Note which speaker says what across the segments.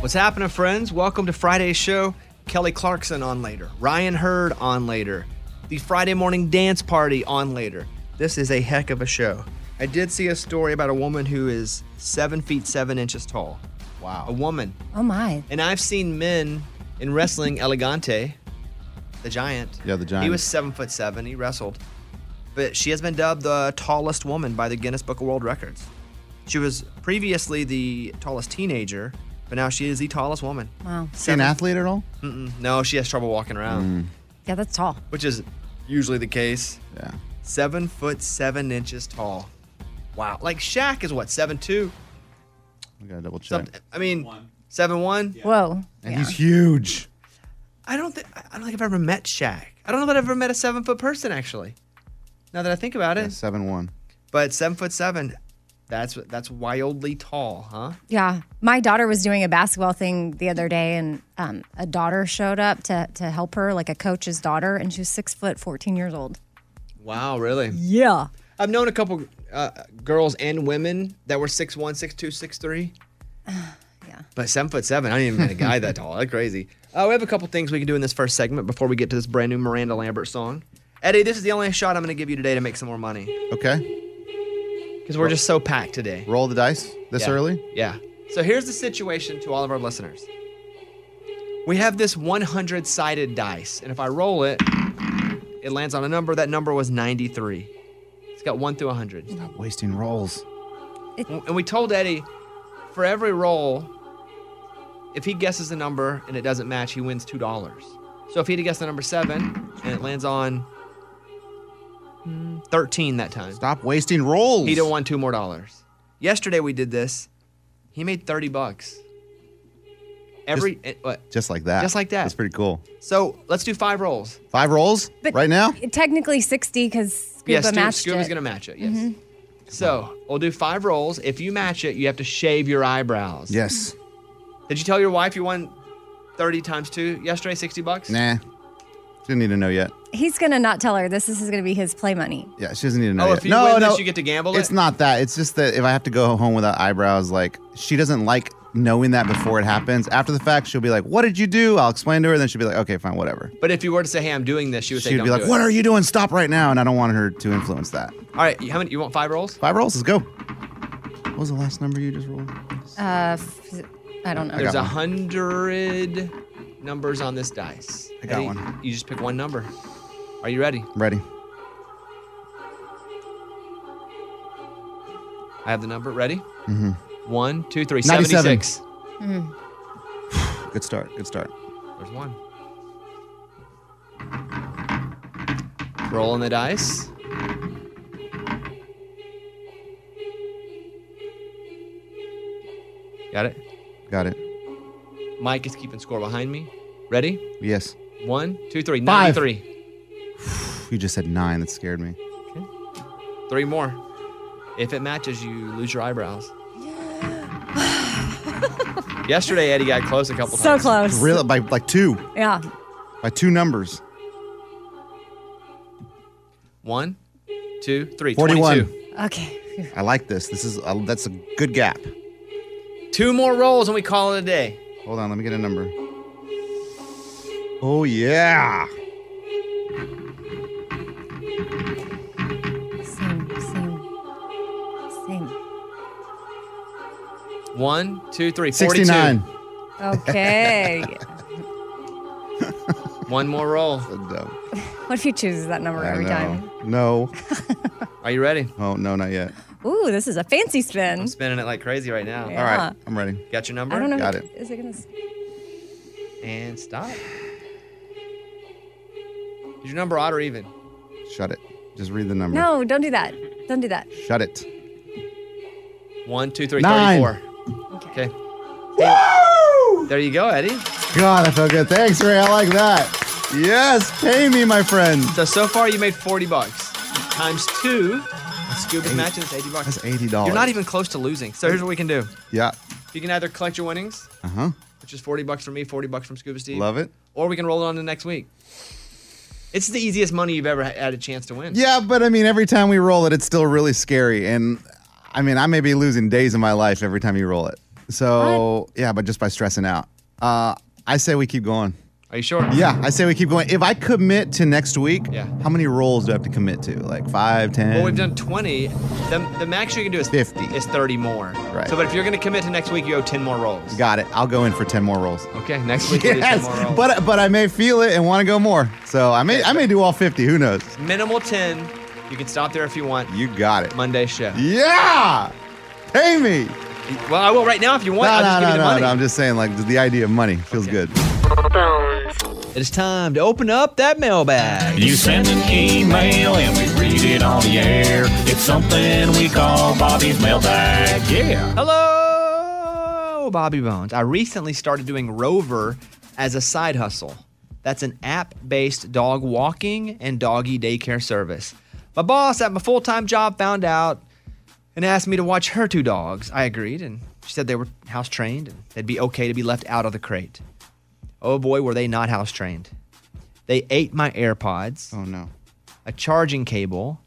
Speaker 1: What's happening, friends? Welcome to Friday's show. Kelly Clarkson on later, Ryan Hurd on later, the Friday morning dance party on later. This is a heck of a show. I did see a story about a woman who is seven feet seven inches tall. Wow. A woman.
Speaker 2: Oh my.
Speaker 1: And I've seen men in wrestling Elegante, the giant.
Speaker 3: Yeah, the giant.
Speaker 1: He was seven foot seven. He wrestled. But she has been dubbed the tallest woman by the Guinness Book of World Records. She was previously the tallest teenager, but now she is the tallest woman.
Speaker 2: Wow.
Speaker 3: Is she an athlete at all?
Speaker 1: Mm-mm. No, she has trouble walking
Speaker 3: Mm.
Speaker 1: around,
Speaker 2: Yeah, that's tall.
Speaker 1: which is usually the case.
Speaker 3: Yeah.
Speaker 1: Seven foot seven inches tall. Wow. Like Shaq is what, seven two?
Speaker 3: I gotta double check.
Speaker 1: Something, I mean, seven one.
Speaker 2: Whoa.
Speaker 3: And
Speaker 2: Yeah.
Speaker 3: he's huge.
Speaker 1: I don't think I don't think I've ever met Shaq. I don't know that I've ever met a seven foot person actually. Now that I think about it,
Speaker 3: Yeah, seven one.
Speaker 1: but seven foot seven, that's that's wildly tall, huh?
Speaker 2: Yeah. My daughter was doing a basketball thing the other day, and um, a daughter showed up to, to help her, like a coach's daughter, and she was six foot, 14 years old.
Speaker 1: Wow, really?
Speaker 2: Yeah.
Speaker 1: I've known a couple uh, girls and women that were six one, six two, six three.
Speaker 2: Yeah.
Speaker 1: But seven foot seven, I didn't even met a guy that tall. That's crazy. Uh, we have a couple things we can do in this first segment before we get to this brand new Miranda Lambert song. Eddie, this is the only shot I'm going to give you today to make some more money
Speaker 3: Okay.
Speaker 1: because we're just so packed today.
Speaker 3: Roll the dice this
Speaker 1: Yeah.
Speaker 3: early.
Speaker 1: Yeah. So here's the situation to all of our listeners. We have this 100 sided dice, and if I roll it, it lands on a number. That number was 93. It's got 1 through 100.
Speaker 3: Stop wasting rolls.
Speaker 1: And we told Eddie for every roll, if he guesses the number and it doesn't match, he wins $2. So if he had guessed the number 7 and it lands on mm, 13 that time,
Speaker 3: Stop wasting rolls.
Speaker 1: he'd have won two more dollars. Yesterday we did this. He made 30 bucks. Every eh, what?
Speaker 3: Just like that.
Speaker 1: Just like that.
Speaker 3: That's pretty cool.
Speaker 1: So let's do five rolls.
Speaker 3: Five rolls
Speaker 2: But-
Speaker 3: right now.
Speaker 2: Technically 60 because Scuba
Speaker 1: yes, Stu-
Speaker 2: matched
Speaker 1: Scuba's
Speaker 2: it. Mm-hmm.
Speaker 1: gonna match it. Yes. So we'll do five rolls. If you match it, you have to shave your eyebrows.
Speaker 3: Yes.
Speaker 1: Did you tell your wife you won 30 times two yesterday, 60 bucks?
Speaker 3: Nah. She doesn't need to know yet.
Speaker 2: He's going to not tell her this. This is going to be his play money.
Speaker 3: Yeah, she doesn't need to know.
Speaker 1: Oh,
Speaker 3: yet.
Speaker 1: if you
Speaker 3: no,
Speaker 1: win
Speaker 3: no,
Speaker 1: this, you get to gamble
Speaker 3: It's
Speaker 1: it?
Speaker 3: not that. It's just that if I have to go home without eyebrows, like she doesn't like knowing that before it happens. After the fact, she'll be like, "What did you do?" I'll explain to her, then she'll be like, "Okay, fine, whatever."
Speaker 1: But if you were to say, hey, I'm doing this, she would say,
Speaker 3: She'd
Speaker 1: don't
Speaker 3: be like,
Speaker 1: do
Speaker 3: "What
Speaker 1: it.
Speaker 3: are you doing? Stop right now!" And I don't want her to influence that.
Speaker 1: All right, you- how many? You want five rolls?
Speaker 3: Five rolls. Let's go. What was the last number you just rolled?
Speaker 2: Uh, f- I don't know.
Speaker 1: There's
Speaker 3: got
Speaker 1: a
Speaker 3: one.
Speaker 1: hundred numbers on this dice.
Speaker 3: I got
Speaker 1: Eddie,
Speaker 3: one.
Speaker 1: You just pick one number. Are you ready?
Speaker 3: Ready.
Speaker 1: I have the number. Ready? Mm-hmm. One, two, three.
Speaker 3: 97.
Speaker 1: 76.
Speaker 3: Good start. Good start.
Speaker 1: There's one. Rolling the dice. Got it?
Speaker 3: Got it.
Speaker 1: Mike is keeping score behind me. Ready?
Speaker 3: Yes.
Speaker 1: One, two, three.
Speaker 3: Five.
Speaker 1: 93.
Speaker 3: You just said nine. That scared me.
Speaker 1: Three more. If it matches, you lose your eyebrows. Yesterday, Eddie got close a couple
Speaker 2: So
Speaker 1: times.
Speaker 2: close.
Speaker 3: Really, by like two,
Speaker 2: Yeah.
Speaker 3: by two numbers.
Speaker 1: One, two, three.
Speaker 3: 41.
Speaker 1: 22.
Speaker 2: Okay.
Speaker 3: I like this. This is a, that's a good gap.
Speaker 1: Two more rolls and we call it a day.
Speaker 3: Hold on, let me get a number. Oh yeah.
Speaker 2: Same, same, same.
Speaker 1: One, two, three. 42.
Speaker 3: 69.
Speaker 2: Okay.
Speaker 1: One more roll.
Speaker 3: No.
Speaker 2: what if he chooses that number every
Speaker 3: no.
Speaker 2: time?
Speaker 3: No.
Speaker 1: Are you ready?
Speaker 3: Oh no, not yet.
Speaker 2: Ooh, this is a fancy spin.
Speaker 1: I'm spinning it like crazy right now.
Speaker 2: Yeah.
Speaker 3: All right,
Speaker 2: Ah.
Speaker 3: I'm ready.
Speaker 1: Got your number?
Speaker 2: I don't know.
Speaker 3: Got
Speaker 2: if-
Speaker 3: it.
Speaker 2: Is it gonna? s-
Speaker 1: And stop. Is your number odd or even?
Speaker 3: Shut it. Just read the number.
Speaker 2: No, don't do that. Don't do that.
Speaker 3: Shut it.
Speaker 1: One, two, three,
Speaker 3: Nine.
Speaker 1: 34.
Speaker 2: Okay.
Speaker 1: Okay. There you go, Eddie.
Speaker 3: God, I feel good. Thanks, Ray. I like that. Yes, pay me, my friend.
Speaker 1: So, so far you made 40 bucks. Times two, Scuba's matching is 80 bucks.
Speaker 3: That's eighty dollars.
Speaker 1: You're not even close to losing. So here's what we can do.
Speaker 3: Yeah.
Speaker 1: You can either collect your winnings,
Speaker 3: Uh huh.
Speaker 1: which is 40 bucks from me, 40 bucks from Scuba Steve.
Speaker 3: Love it.
Speaker 1: Or we can roll it on to next week. It's the easiest money you've ever had a chance to win.
Speaker 3: Yeah, but I mean, every time we roll it, it's still really scary. And I mean, I may be losing days of my life every time you roll it. So yeah, but just by stressing out. Uh, I say we keep going.
Speaker 1: Are you sure?
Speaker 3: Yeah, I say we keep going. If I commit to next week,
Speaker 1: Yeah.
Speaker 3: how many rolls do I have to commit to? Like five, ten?
Speaker 1: Well, we've done 20. The, the max you can do is
Speaker 3: 50.
Speaker 1: Is 30 more.
Speaker 3: Right.
Speaker 1: So, but if you're going to commit to next week, you owe 10 more rolls.
Speaker 3: Got it. I'll go in for ten more rolls.
Speaker 1: Okay, next week we'll do 10
Speaker 3: Yes,
Speaker 1: more rolls.
Speaker 3: but but I may feel it and want to go more. So I may I may do all fifty. Who knows?
Speaker 1: Minimal 10. You can stop there if you want.
Speaker 3: You got it.
Speaker 1: Monday show.
Speaker 3: Yeah, pay me.
Speaker 1: Well, I will right now if you want.
Speaker 3: No,
Speaker 1: I'll
Speaker 3: no,
Speaker 1: just give you
Speaker 3: no,
Speaker 1: the
Speaker 3: no,
Speaker 1: money.
Speaker 3: no. I'm just saying, like the idea of money feels
Speaker 1: Okay.
Speaker 3: good.
Speaker 4: Bones.
Speaker 1: It is time to open up that mailbag.
Speaker 5: You send an email and we read it on the air. It's something we call Bobby's mailbag. Yeah.
Speaker 1: Hello, Bobby Bones. I recently started doing Rover as a side hustle. That's an app based dog walking and doggy daycare service. My boss at my full time job found out and asked me to watch her two dogs. I agreed, and she said they were house trained and they'd be okay to be left out of the crate. Oh boy, were they not house trained. They ate my AirPods,
Speaker 3: Oh no.
Speaker 1: a charging cable,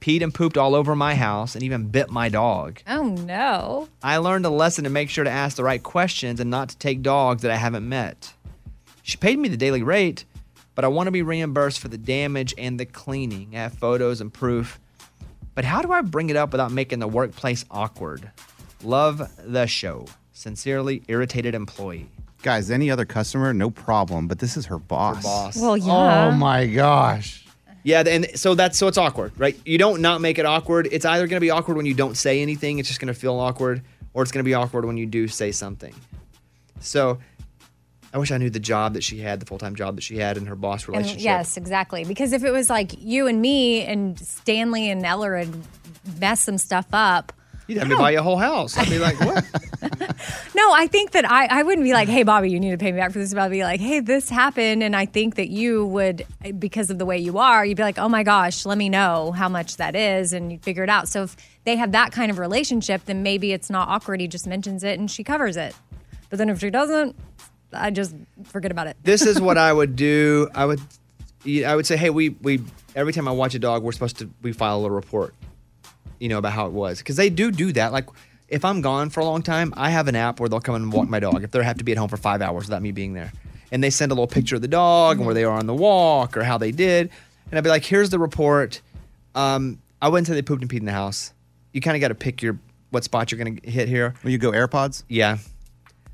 Speaker 1: peed and pooped all over my house, and even bit my dog.
Speaker 2: Oh no.
Speaker 1: I learned a lesson to make sure to ask the right questions and not to take dogs that I haven't met. She paid me the daily rate, but I want to be reimbursed for the damage and the cleaning. I have photos and proof. But how do I bring it up without making the workplace awkward? Love the show. Sincerely, irritated employee.
Speaker 3: Guys, any other customer, no problem. But this is her boss.
Speaker 1: Boss.
Speaker 2: Well, yeah.
Speaker 3: Oh my gosh.
Speaker 1: Yeah, and so that's so it's awkward, right? You don't not make it awkward. It's either going to be awkward when you don't say anything, it's just going to feel awkward, or it's going to be awkward when you do say something. So I wish I knew the job that she had, the full-time job that she had and her boss
Speaker 2: And
Speaker 1: relationship.
Speaker 2: yes, exactly. Because if it was like you and me and Stanley and Ellerid mess some stuff up,
Speaker 1: You'd have me buy you a whole house. I'd be like, "What?"
Speaker 2: no, I think that I, I wouldn't be like, hey, Bobby, you need to pay me back for this. But I'd be like, hey, this happened. And I think that you would, because of the way you are, you'd be like, oh my gosh, let me know how much that is. And you figure it out. So if they have that kind of relationship, then maybe it's not awkward. He just mentions it and she covers it. But then if she doesn't, I just forget about it.
Speaker 1: this is what I would do. I would yeah, I would say, "Hey, we we every time I watch a dog, we're supposed to we file a report." You know about how it was because they do do that. Like if I'm gone for a long time, I have an app where they'll come and walk my dog if they have to be at home for five hours without me being there, and they send a little picture of the dog and where they are on the walk or how they did, and I'd be like, "Here's the report." Um, I wouldn't say they pooped and peed in the house. You kind of got to pick your what spot you're gonna hit here.
Speaker 3: Will you go AirPods?
Speaker 1: Yeah.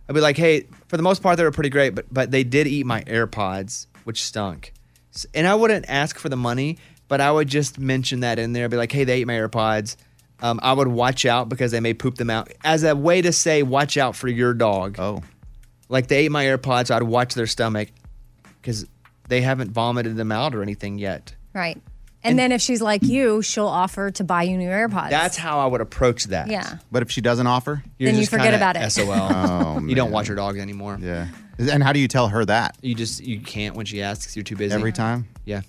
Speaker 1: I'd be like, hey, for the most part, they were pretty great, but but they did eat my AirPods, which stunk. S- And I wouldn't ask for the money, but I would just mention that in there. Be like, hey, they ate my AirPods. Um, I would watch out because they may poop them out as a way to say, watch out for your dog.
Speaker 3: Oh.
Speaker 1: Like they ate my AirPods, I'd watch their stomach because they haven't vomited them out or anything yet.
Speaker 2: Right. And, then if she's like you, she'll offer to buy you new AirPods.
Speaker 1: That's how I would approach that.
Speaker 2: yeah.
Speaker 3: But if she doesn't offer?
Speaker 1: You're
Speaker 2: Then you
Speaker 1: just
Speaker 2: forget
Speaker 1: kinda
Speaker 2: about it.
Speaker 1: SOL.
Speaker 3: Oh,
Speaker 1: you don't
Speaker 3: man.
Speaker 1: watch your dogs anymore.
Speaker 3: Yeah. And how do you tell her that?
Speaker 1: You just you can't when she asks. You're too busy.
Speaker 3: Every time?
Speaker 1: Yeah.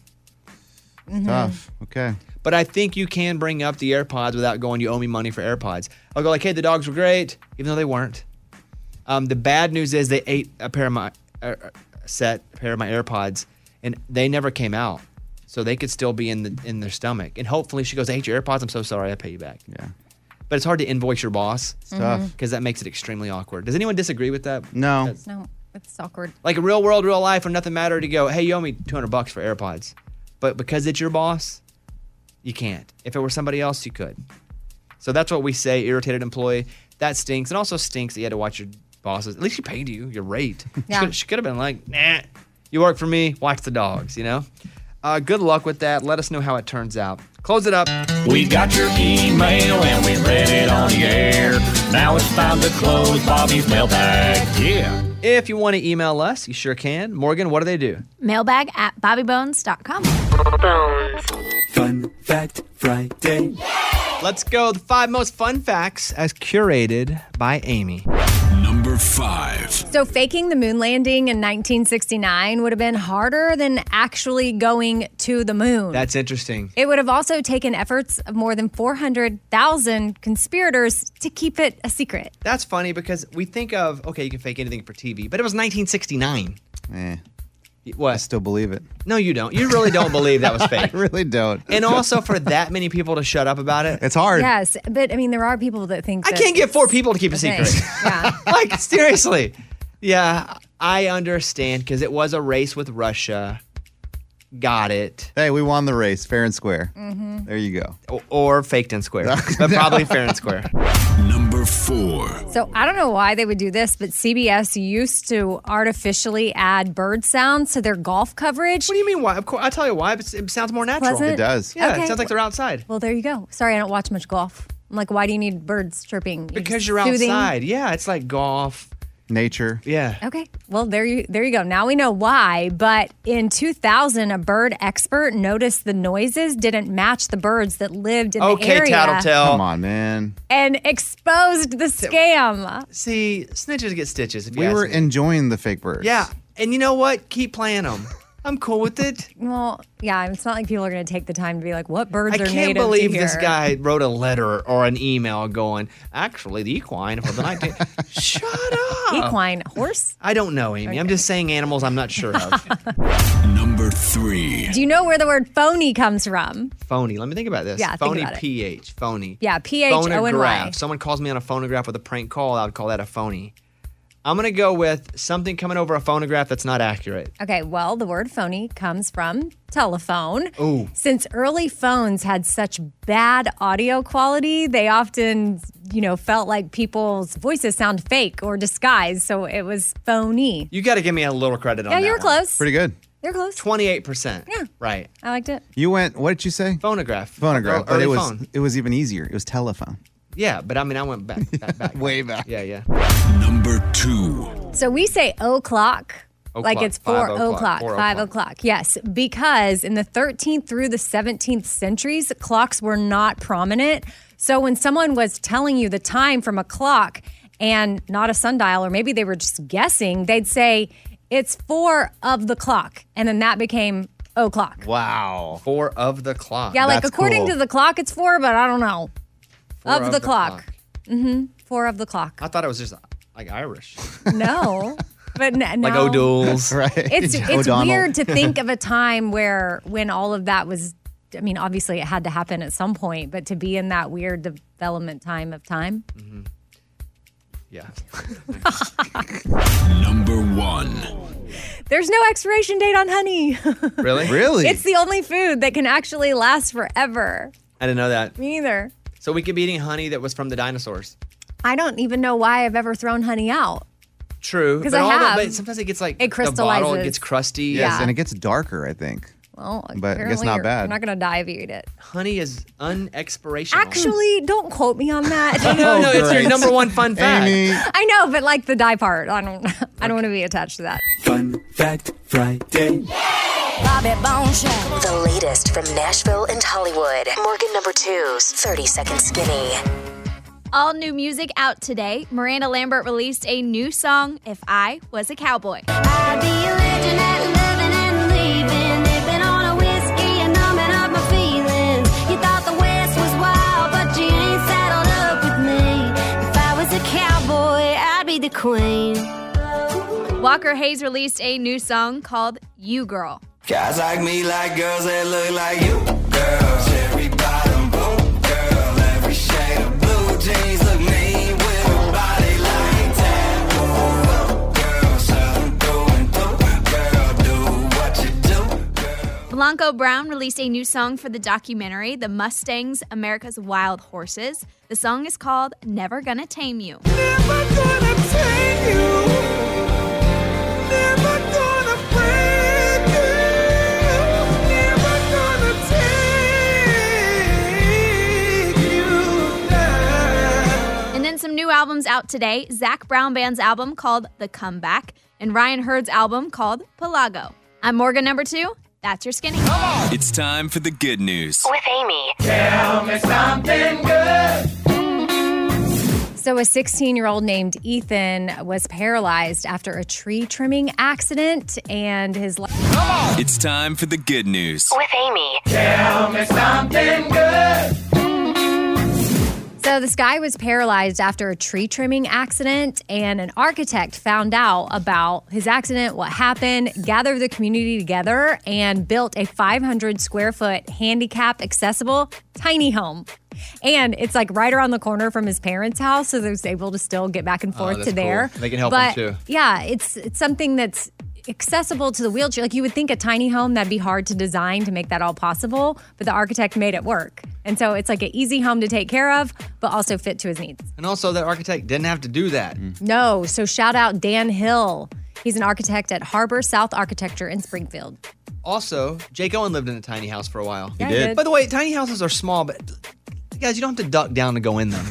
Speaker 2: Mm-hmm.
Speaker 3: Tough. Okay.
Speaker 1: But I think you can bring up the AirPods without going, you owe me money for AirPods. I'll go like, hey, the dogs were great, even though they weren't. Um, the bad news is they ate a pair of my uh, set a pair of my AirPods, and they never came out, so they could still be in the in their stomach. And hopefully she goes, I ate your AirPods. I'm so sorry. I pay you back.
Speaker 3: Yeah.
Speaker 1: But it's hard to invoice your boss
Speaker 3: Tough.
Speaker 1: because that makes it extremely awkward. Does anyone disagree with that?
Speaker 3: No.
Speaker 1: That's-
Speaker 2: No, it's awkward.
Speaker 1: Like in real world, real life, when nothing mattered, to go, hey, you owe me 200 bucks for AirPods. But because it's your boss, you can't. If it were somebody else, you could. So that's what we say, irritated employee. That stinks. And also stinks that you had to watch your bosses. At least she paid you, your rate.
Speaker 2: Yeah.
Speaker 1: She, could, she could have been like, nah, you work for me, watch the dogs, you know? Uh, good luck with that. Let us know how it turns out. Close it up.
Speaker 5: We got your email and we read it on the air. Now it's time to close Bobby's mailbag. Yeah.
Speaker 1: If you want to email us, you sure can. Morgan, what do they do?
Speaker 6: Mailbag at bobbybones.com.
Speaker 4: Bones.
Speaker 7: Fun Fact Friday.
Speaker 1: Let's go. The five most fun facts as curated by Amy.
Speaker 8: Number five.
Speaker 2: So faking the moon landing in 1969 would have been harder than actually going to the moon.
Speaker 1: That's interesting.
Speaker 2: it would have also taken efforts of more than 400,000 conspirators to keep it a secret.
Speaker 1: That's funny because we think of okay, you can fake anything for TV, but it was 1969.
Speaker 3: Eh. I
Speaker 1: What?
Speaker 3: still believe it.
Speaker 1: No, you don't. You really don't believe that was fake.
Speaker 3: I really don't.
Speaker 1: And also for that many people to shut up about it.
Speaker 3: it's hard.
Speaker 2: Yes, but I mean, there are people that think
Speaker 1: I
Speaker 2: that
Speaker 1: can't get four
Speaker 2: it's
Speaker 1: people to keep a
Speaker 2: a
Speaker 1: secret.
Speaker 2: thing. yeah.
Speaker 1: like seriously yeah i understand because it was a race with russia got it
Speaker 3: Hey, we won the race fair and square.
Speaker 2: Mm-hmm.
Speaker 3: There you go.
Speaker 1: O- or faked and square but probably fair and square
Speaker 8: Number four.
Speaker 2: So I don't know why they would do this, but CBS used to artificially add bird sounds to their golf coverage.
Speaker 1: what do you mean why of course i'll tell you why it's- it sounds more natural
Speaker 2: Pleasant?
Speaker 3: It does.
Speaker 1: yeah
Speaker 2: Okay.
Speaker 1: it sounds like they're outside
Speaker 2: Well, there you go. Sorry, I don't watch much golf. I'm like, why do you need birds chirping? It's
Speaker 1: because you're
Speaker 2: soothing.
Speaker 1: outside yeah it's like golf
Speaker 3: Nature.
Speaker 1: yeah
Speaker 2: Okay. Well, there you there you go. Now we know why. But in 2000, a bird expert noticed the noises didn't match the birds that lived in the
Speaker 1: okay
Speaker 2: area
Speaker 1: tattletale
Speaker 3: Come on, man.
Speaker 2: and exposed the scam.
Speaker 1: see snitches get stitches if you
Speaker 3: We
Speaker 1: ask
Speaker 3: were
Speaker 1: me.
Speaker 3: enjoying the fake birds.
Speaker 1: yeah and you know what keep playing them i'm cool with it
Speaker 2: Well, yeah, it's not like people are going to take the time to be like, what birds
Speaker 1: I
Speaker 2: are
Speaker 1: can't
Speaker 2: native to
Speaker 1: believe this
Speaker 2: here?
Speaker 1: guy wrote a letter or an email going, actually, the equine for the 19th. Shut up.
Speaker 2: Equine horse.
Speaker 1: I don't know, Amy. I'm just saying animals I'm not sure of.
Speaker 8: Number three.
Speaker 2: Do you know where the word phony comes from?
Speaker 1: phony. Let me think about this.
Speaker 2: Yeah, think
Speaker 1: phony
Speaker 2: about it.
Speaker 1: PH. Phony.
Speaker 2: Yeah, PH, O, and Y.
Speaker 1: Phonograph. Someone calls me on a phonograph with a prank call, I would call that a phony. I'm going to go with something coming over a phonograph that's not accurate.
Speaker 2: Okay, well, the word phony comes from telephone.
Speaker 1: Ooh.
Speaker 2: Since early phones had such bad audio quality, they often, you know, felt like people's voices sound fake or disguised. So it was phony.
Speaker 1: You got to give me a little credit on
Speaker 2: Yeah,
Speaker 1: that.
Speaker 2: you were
Speaker 1: one.
Speaker 2: close.
Speaker 3: Pretty good.
Speaker 2: you were close.
Speaker 1: 28%. Yeah. Right.
Speaker 2: I liked it.
Speaker 3: You went, what did you say?
Speaker 1: Phonograph.
Speaker 3: Phonograph.
Speaker 1: Early
Speaker 3: but it was
Speaker 1: phone.
Speaker 3: it was even easier. It was telephone.
Speaker 1: Yeah, but I mean, I went back. back, back.
Speaker 3: Way back.
Speaker 1: Yeah, yeah.
Speaker 8: Number two.
Speaker 2: So we say o'clock. Like
Speaker 1: O'clock,
Speaker 2: it's four
Speaker 1: five o'clock,
Speaker 2: o'clock,
Speaker 1: four
Speaker 2: five
Speaker 1: o'clock.
Speaker 2: o'clock. Yes, because in the 13th through the 17th centuries, clocks were not prominent. So when someone was telling you the time from a clock and not a sundial, or maybe they were just guessing, they'd say it's four of the clock, and then that became o'clock.
Speaker 3: Wow.
Speaker 1: Four of the clock.
Speaker 2: Yeah, like
Speaker 3: that's
Speaker 2: according
Speaker 3: cool.
Speaker 2: to the clock, it's four, but I don't know.
Speaker 1: Four
Speaker 2: of the clock. Mm-hmm. Four of the clock.
Speaker 1: I thought it was just like Irish,
Speaker 2: no, but n-
Speaker 1: like
Speaker 2: no.
Speaker 1: O'Doul's.
Speaker 3: Right.
Speaker 2: it's it's
Speaker 3: O'Donnell.
Speaker 2: weird to think of a time where when all of that was I mean obviously it had to happen at some point but to be in that weird development time of time
Speaker 1: Yeah.
Speaker 8: Number one.
Speaker 2: there's no expiration date on honey
Speaker 1: Really?
Speaker 3: Really?
Speaker 2: it's the only food that can actually last forever
Speaker 1: I didn't know that.
Speaker 2: me either
Speaker 1: So we could be eating honey that was from the dinosaurs.
Speaker 2: I don't even know why I've ever thrown honey out
Speaker 1: True.
Speaker 2: 'Cause
Speaker 1: But
Speaker 2: I
Speaker 1: all
Speaker 2: have.
Speaker 1: The, but sometimes it gets like
Speaker 2: It
Speaker 1: The bottle, it
Speaker 2: crystallizes.
Speaker 1: gets crusty.
Speaker 3: yes,
Speaker 2: yeah.
Speaker 3: and it gets darker, I think.
Speaker 2: well
Speaker 3: But I guess
Speaker 2: apparently
Speaker 3: not
Speaker 2: you're-
Speaker 3: bad.
Speaker 2: you're not gonna die if you eat it
Speaker 1: Honey is unexpirational.
Speaker 2: actually don't quote me on that
Speaker 1: no, no, it's your
Speaker 3: Oh, great.
Speaker 1: number one fun fact.
Speaker 3: Amy.
Speaker 2: I know but like the die part I don't I don't want to be attached to that
Speaker 7: Fun Fact Friday.
Speaker 9: Bobby Bones Show. The latest from Nashville and Hollywood. Morgan number two's 30 Second Skinny.
Speaker 6: All new music out today. Miranda Lambert released a new song, If I Was a Cowboy.
Speaker 9: Queen.
Speaker 6: Walker Hayes released a new song called You Girl.
Speaker 7: Guys like me like girls that look like you. Girls, every bottom boom. Girl, every shade of blue jeans look mean with a body like that. Ooh, Girl, something through and through. Girl, do what you do.
Speaker 6: Blanco Brown released a new song for the documentary, The Mustangs America's Wild Horses. The song is called Never Gonna Tame You. And then some new albums out today Zach Brown Band's album called The Comeback, and Ryan Hurd's album called Pelago. I'm Morgan number two. That's your skinny.
Speaker 8: It's time for the good news.
Speaker 9: With Amy.
Speaker 2: So, a 16 year old named Ethan was paralyzed after a tree trimming accident, and his life.
Speaker 8: It's time for the good news.
Speaker 9: With Amy.
Speaker 2: So this guy was paralyzed after a tree trimming accident, and an architect found out about his accident, what happened, gathered the community together, and built a 500 square foot handicap accessible tiny home. And it's like right around the corner from his parents' house, so they was able to still get back and forth
Speaker 1: Oh, that's
Speaker 2: to there.
Speaker 1: cool. They can help
Speaker 2: but,
Speaker 1: him, too.
Speaker 2: Yeah, it's it's something that's accessible to the wheelchair. Like you would think a tiny home that'd be hard to design to make that all possible, but the architect made it work. And so it's like an easy home to take care of, but also fit to his needs.
Speaker 1: And also, that architect didn't have to do that.
Speaker 3: Mm.
Speaker 2: No, so shout out Dan Hill. He's an architect at Harbor South Architecture in Springfield.
Speaker 1: Also, Jake Owen lived in a tiny house for a while.
Speaker 2: Yeah,
Speaker 3: did.
Speaker 2: I
Speaker 1: By the way, tiny houses are small, but guys, you don't have to duck down to go in them.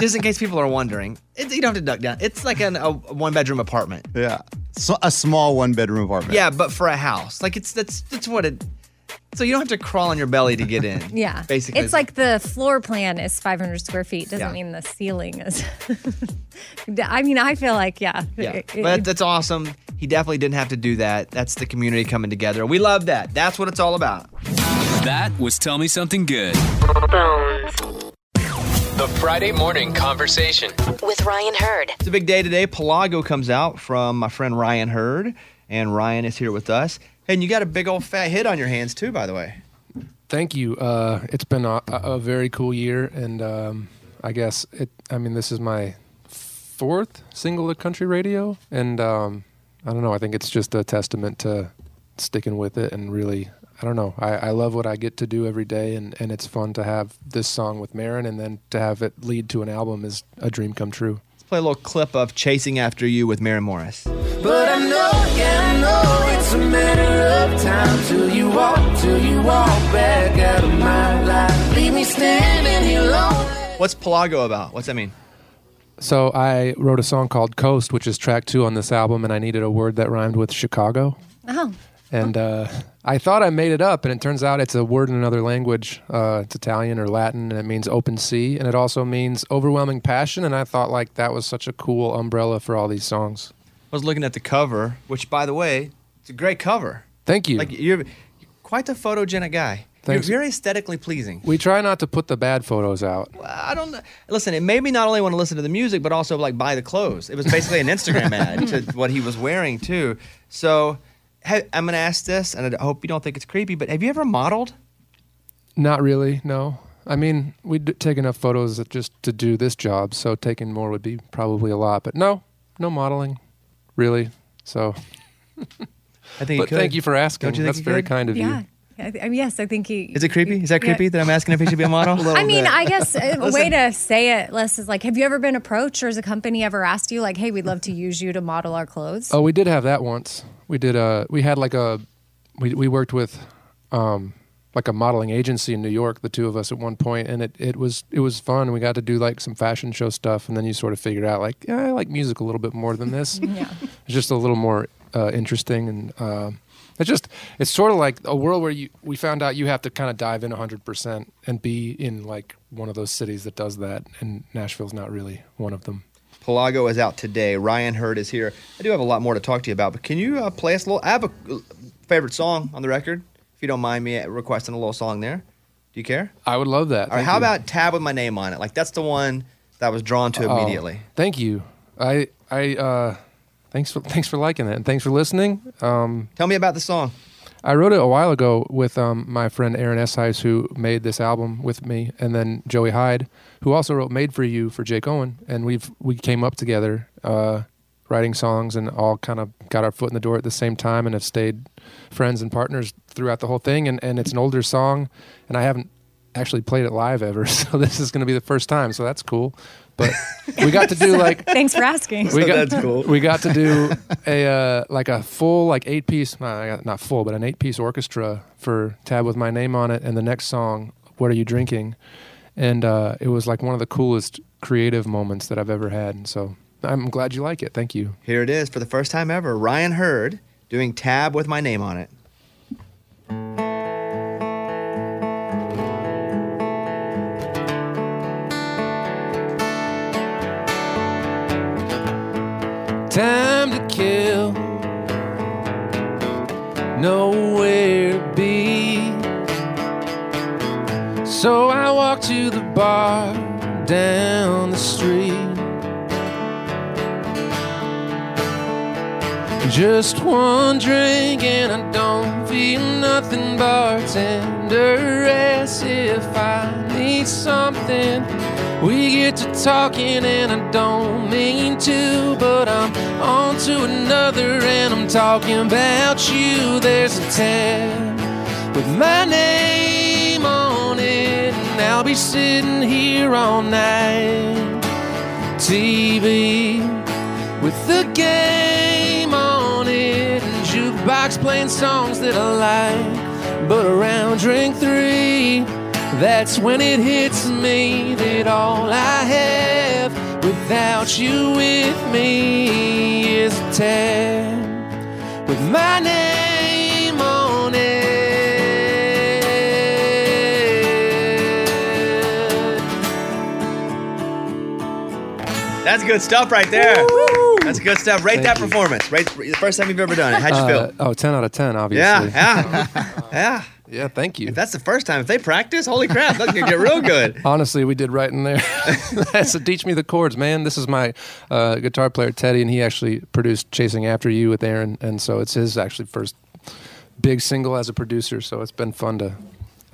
Speaker 1: Just in case people are wondering, it, you don't have to duck down. It's like an, a one bedroom apartment.
Speaker 3: Yeah. So a small one bedroom apartment.
Speaker 1: Yeah, but for a house, like it's that's that's what it. So you don't have to crawl on your belly to get in.
Speaker 2: Yeah.
Speaker 1: basically,
Speaker 2: It's like the floor plan is 500 square feet. Doesn't
Speaker 1: Yeah.
Speaker 2: mean the ceiling is. I mean, I feel like, yeah.
Speaker 1: Yeah,
Speaker 2: it- it-
Speaker 1: but that's awesome. He definitely didn't have to do that. That's the community coming together. We love that. That's what it's all about.
Speaker 8: That was Tell Me Something Good.
Speaker 4: Bones.
Speaker 10: The Friday morning conversation.
Speaker 9: With Ryan Hurd.
Speaker 1: It's a big day today. Pelago comes out from my friend Ryan Hurd, and Ryan is here with us. And you got a big old fat hit on your hands too, by the way.
Speaker 10: Thank you. Uh, it's been a, a very cool year, and um, I guess it. I mean, this is my fourth single at country radio, and um, I don't know. I think it's just a testament to sticking with it and really. I don't know. I, I love what I get to do every day, and, and it's fun to have this song with Marin, and then to have it lead to an album is a dream come true.
Speaker 1: Let's play a little clip of "Chasing After You" with Mary Morris.
Speaker 7: But I know, yeah, I know it's a matter of time till you walk, till you walk back out of my life. Leave me standing here alone.
Speaker 1: What's Pelago about? What's that mean?
Speaker 10: So I wrote a song called Coast, which is track two on this album, and I needed a word that rhymed with Chicago.
Speaker 2: oh,
Speaker 10: And uh, I thought I made it up, and it turns out it's a word in another language. Uh, it's Italian or Latin, and it means open sea, and it also means overwhelming passion. And I thought like that was such a cool umbrella for all these songs.
Speaker 1: I was looking at the cover, which, by the way, it's a great cover.
Speaker 10: Thank you.
Speaker 1: Like you're, you're quite a photogenic guy.
Speaker 10: Thanks.
Speaker 1: You're very aesthetically pleasing.
Speaker 10: we try not to put the bad photos out.
Speaker 1: I don't know. Listen, it made me not only want to listen to the music, but also like buy the clothes. It was basically an Instagram ad to what he was wearing too. So ha- I'm gonna ask this, and I hope you don't think it's creepy. But have you ever modeled?
Speaker 10: Not really. No. I mean, we d- take enough photos that just to do this job, so taking more would be probably a lot. But no, no modeling, really. So,
Speaker 1: I think.
Speaker 10: but thank you for asking.
Speaker 1: Don't you think
Speaker 10: That's
Speaker 1: you
Speaker 10: very
Speaker 1: could?
Speaker 10: kind of
Speaker 2: yeah.
Speaker 10: you.
Speaker 2: I th- I mean, yes, I think he.
Speaker 1: Is it creepy? Is that
Speaker 2: Yeah.
Speaker 1: creepy that I'm asking if he should be a model?
Speaker 2: I mean, I guess uh, a way to say it less is like, have you ever been approached or has a company ever asked you, like, hey, we'd love to use you to model our clothes?
Speaker 10: Oh, we did have that once. We did a we had like a we we worked with um like a modeling agency in New York, the two of us at one point, and it, it was it was fun. We got to do like some fashion show stuff, and then you sort of figured out like yeah, I like music a little bit more than this. yeah, it's just a little more uh, interesting, and uh, it's just it's sort of like a world where you we found out you have to kind of dive in hundred percent and be in like one of those cities that does that, and Nashville's not really one of them.
Speaker 1: Pelago is out today. Ryan Hurd is here. I do have a lot more to talk to you about, but can you uh, play us a little? I have a uh, favorite song on the record, if you don't mind me uh, requesting a little song there. Do you care?
Speaker 10: I would love that.
Speaker 1: All right.
Speaker 10: Thank
Speaker 1: How
Speaker 10: you.
Speaker 1: about "Tab with My Name on It"? Like that's the one that I was drawn to
Speaker 10: Oh,
Speaker 1: immediately.
Speaker 10: thank you. I I uh, thanks for thanks for liking it and thanks for listening. Um,
Speaker 1: Tell me about the song.
Speaker 10: I wrote it a while ago with um, my friend Aaron Esheis, who made this album with me, and then Joey Hyde, who also wrote "Made for You" for Jake Owen, and we've we came up together uh, writing songs and all kind of got our foot in the door at the same time and have stayed friends and partners throughout the whole thing. And and it's an older song, and I haven't actually played it live ever, so this is going to be the first time. So that's cool. But we got to do like
Speaker 2: Thanks for asking.
Speaker 10: we got,
Speaker 1: that's cool.
Speaker 10: We got to do a uh, like a full like eight piece not, not full but an eight piece orchestra for tab with my name on it and the next song what are you drinking and uh, it was like one of the coolest creative moments that I've ever had and so I'm glad you like it thank you
Speaker 1: Here it is for the first time ever. Ryan Hurd doing "Tab with My Name on It."
Speaker 10: time to kill. Nowhere to be.
Speaker 11: So I walked to the bar down the street. Just one drink and I don't feel nothing, bartender. As if I need something. We get to talking and I don't mean to, but I'm on to another and I'm talking about you. There's a tab with my name on it, and I'll be sitting here all night. TV with the game on it and jukebox playing songs that I like. But around drink three, that's when it hits me that all I have without you with me is a tab with my name on it.
Speaker 1: That's good stuff right there. That's good stuff. Rate that performance. Rate the first time you've ever done it. How'd you
Speaker 10: Uh,
Speaker 1: feel?
Speaker 10: Oh, 10 out of 10, obviously.
Speaker 1: Yeah, yeah, yeah.
Speaker 10: Yeah, thank you.
Speaker 1: If that's the first time, if they practice, holy crap, that's gonna get real good.
Speaker 10: Honestly, we did right in there. That's a teach me the chords, man. This is my uh, guitar player Teddy, and he actually produced "Chasing After You" with Aaron, and so it's his actually first big single as a producer. So it's been fun to,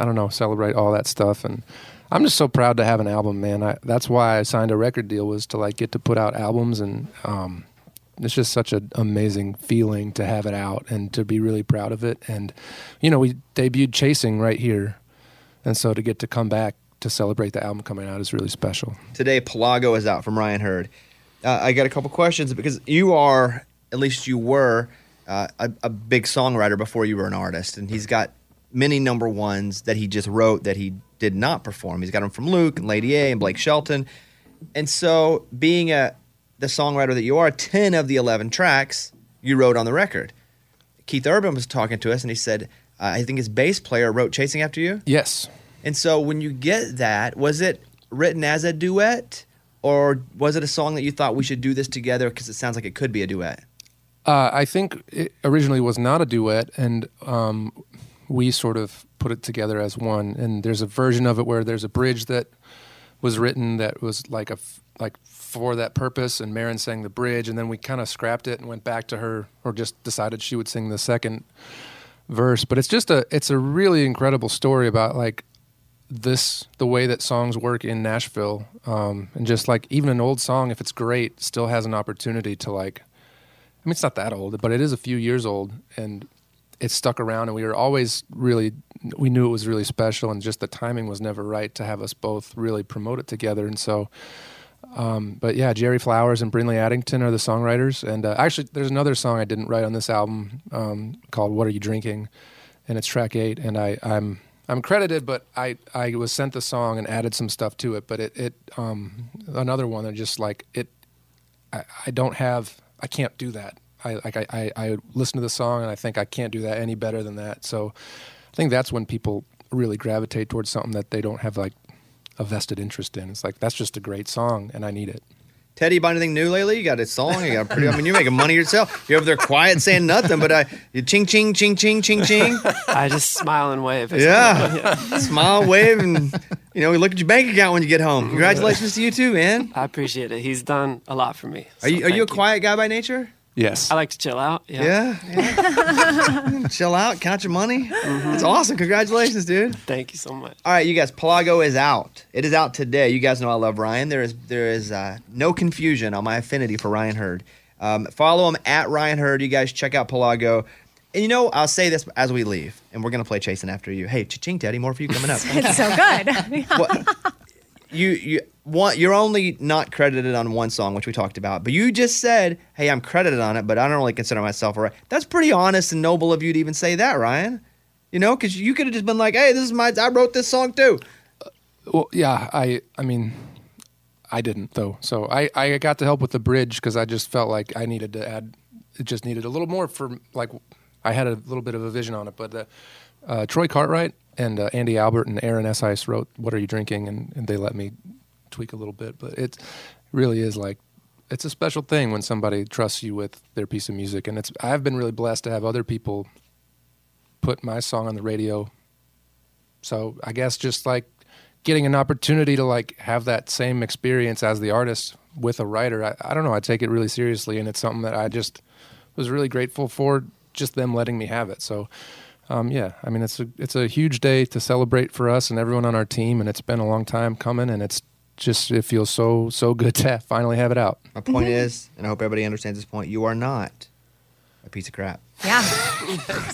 Speaker 10: I don't know, celebrate all that stuff, and I'm just so proud to have an album, man. I, that's why I signed a record deal was to like get to put out albums, and um, it's just such an amazing feeling to have it out and to be really proud of it. And you know, we debuted "Chasing" right here. And so to get to come back to celebrate the album coming out is really special.
Speaker 1: Today, Pelago is out from Ryan Hurd. Uh, I got a couple questions because you are, at least you were, uh, a, a big songwriter before you were an artist, and he's got many number ones that he just wrote that he did not perform. He's got them from Luke and Lady A and Blake Shelton, and so being a the songwriter that you are, ten of the eleven tracks you wrote on the record. Keith Urban was talking to us, and he said, uh, I think his bass player wrote "Chasing After You."
Speaker 10: Yes.
Speaker 1: And so when you get that, was it written as a duet or was it a song that you thought we should do this together because it sounds like it could be a duet?
Speaker 10: Uh, I think it originally was not a duet, and um, we sort of put it together as one. And there's a version of it where there's a bridge that was written that was like a f- like for that purpose, and Marin sang the bridge, and then we kind of scrapped it and went back to her, or just decided she would sing the second verse. But it's just a it's a really incredible story about like this the way that songs work in Nashville, um, and just like even an old song, if it's great, still has an opportunity to like I mean, it's not that old, but it is a few years old, and it stuck around. And we were always really, we knew it was really special, and just the timing was never right to have us both really promote it together. And so, um, but yeah, Jerry Flowers and Brinley Addington are the songwriters. And uh, actually, there's another song I didn't write on this album um, called "What Are You Drinking," and it's track eight. And I, I'm I'm credited, but I, I was sent the song and added some stuff to it. But it, it um, another one that just like it I, I don't have I can't do that. I like I, I, I listen to the song and I think I can't do that any better than that. So I think that's when people really gravitate towards something that they don't have like a vested interest in. It's like that's just a great song and I need it.
Speaker 1: Teddy, you bought anything new lately? You got a song? You got a pretty, I mean, you're making money yourself. You're over there quiet saying nothing, but I, you ching, ching, ching, ching, ching, ching.
Speaker 12: I just smile and wave.
Speaker 1: Yeah.
Speaker 12: oh,
Speaker 1: Smile, wave, and, you know, we look at your bank account when you get home. Congratulations to you too, man.
Speaker 12: I appreciate it. He's done a lot for me.
Speaker 1: Are you, are you a quiet guy by nature?
Speaker 10: Yes.
Speaker 12: I like to chill out. Yeah.
Speaker 1: Yeah. Chill out, count your money. It's awesome. Congratulations, dude.
Speaker 12: Mm-hmm. Thank you so much.
Speaker 1: All right, you guys. Pelago is out. It is out today. You guys know I love Ryan. There is there is uh, no confusion on my affinity for Ryan Hurd. Um, follow him at Ryan Hurd. You guys check out Pelago. And you know I'll say this as we leave, and we're gonna play chasing after you. Hey, cha-ching, Daddy, more for you coming up.
Speaker 2: It's so good.
Speaker 1: you you one, you're only not credited on one song, which we talked about, but you just said, "Hey, I'm credited on it, but I don't really consider myself a right." That's pretty honest and noble of you to even say that, Ryan. You know, because you could have just been like, "Hey, this is my I wrote this song too."
Speaker 10: Well, yeah, I I mean, I didn't though. So I I got to help with the bridge because I just felt like I needed to add. It just needed a little more for like I had a little bit of a vision on it, but uh, uh, Troy Cartwright and uh, Andy Albert and Aaron Esice wrote "What Are You Drinking?" and, and they let me tweak a little bit, but it really is like it's a special thing when somebody trusts you with their piece of music, and it's I've been really blessed to have other people put my song on the radio. So I guess just like getting an opportunity to like have that same experience as the artist with a writer, I, I don't know. I take it really seriously, and it's something that I just was really grateful for. Just them letting me have it. So, um, yeah, I mean, it's a it's a huge day to celebrate for us and everyone on our team, and it's been a long time coming, and it's just it feels so so good to finally have it out.
Speaker 1: My point is, and I hope everybody understands this point, you are not a piece of crap.
Speaker 2: Yeah.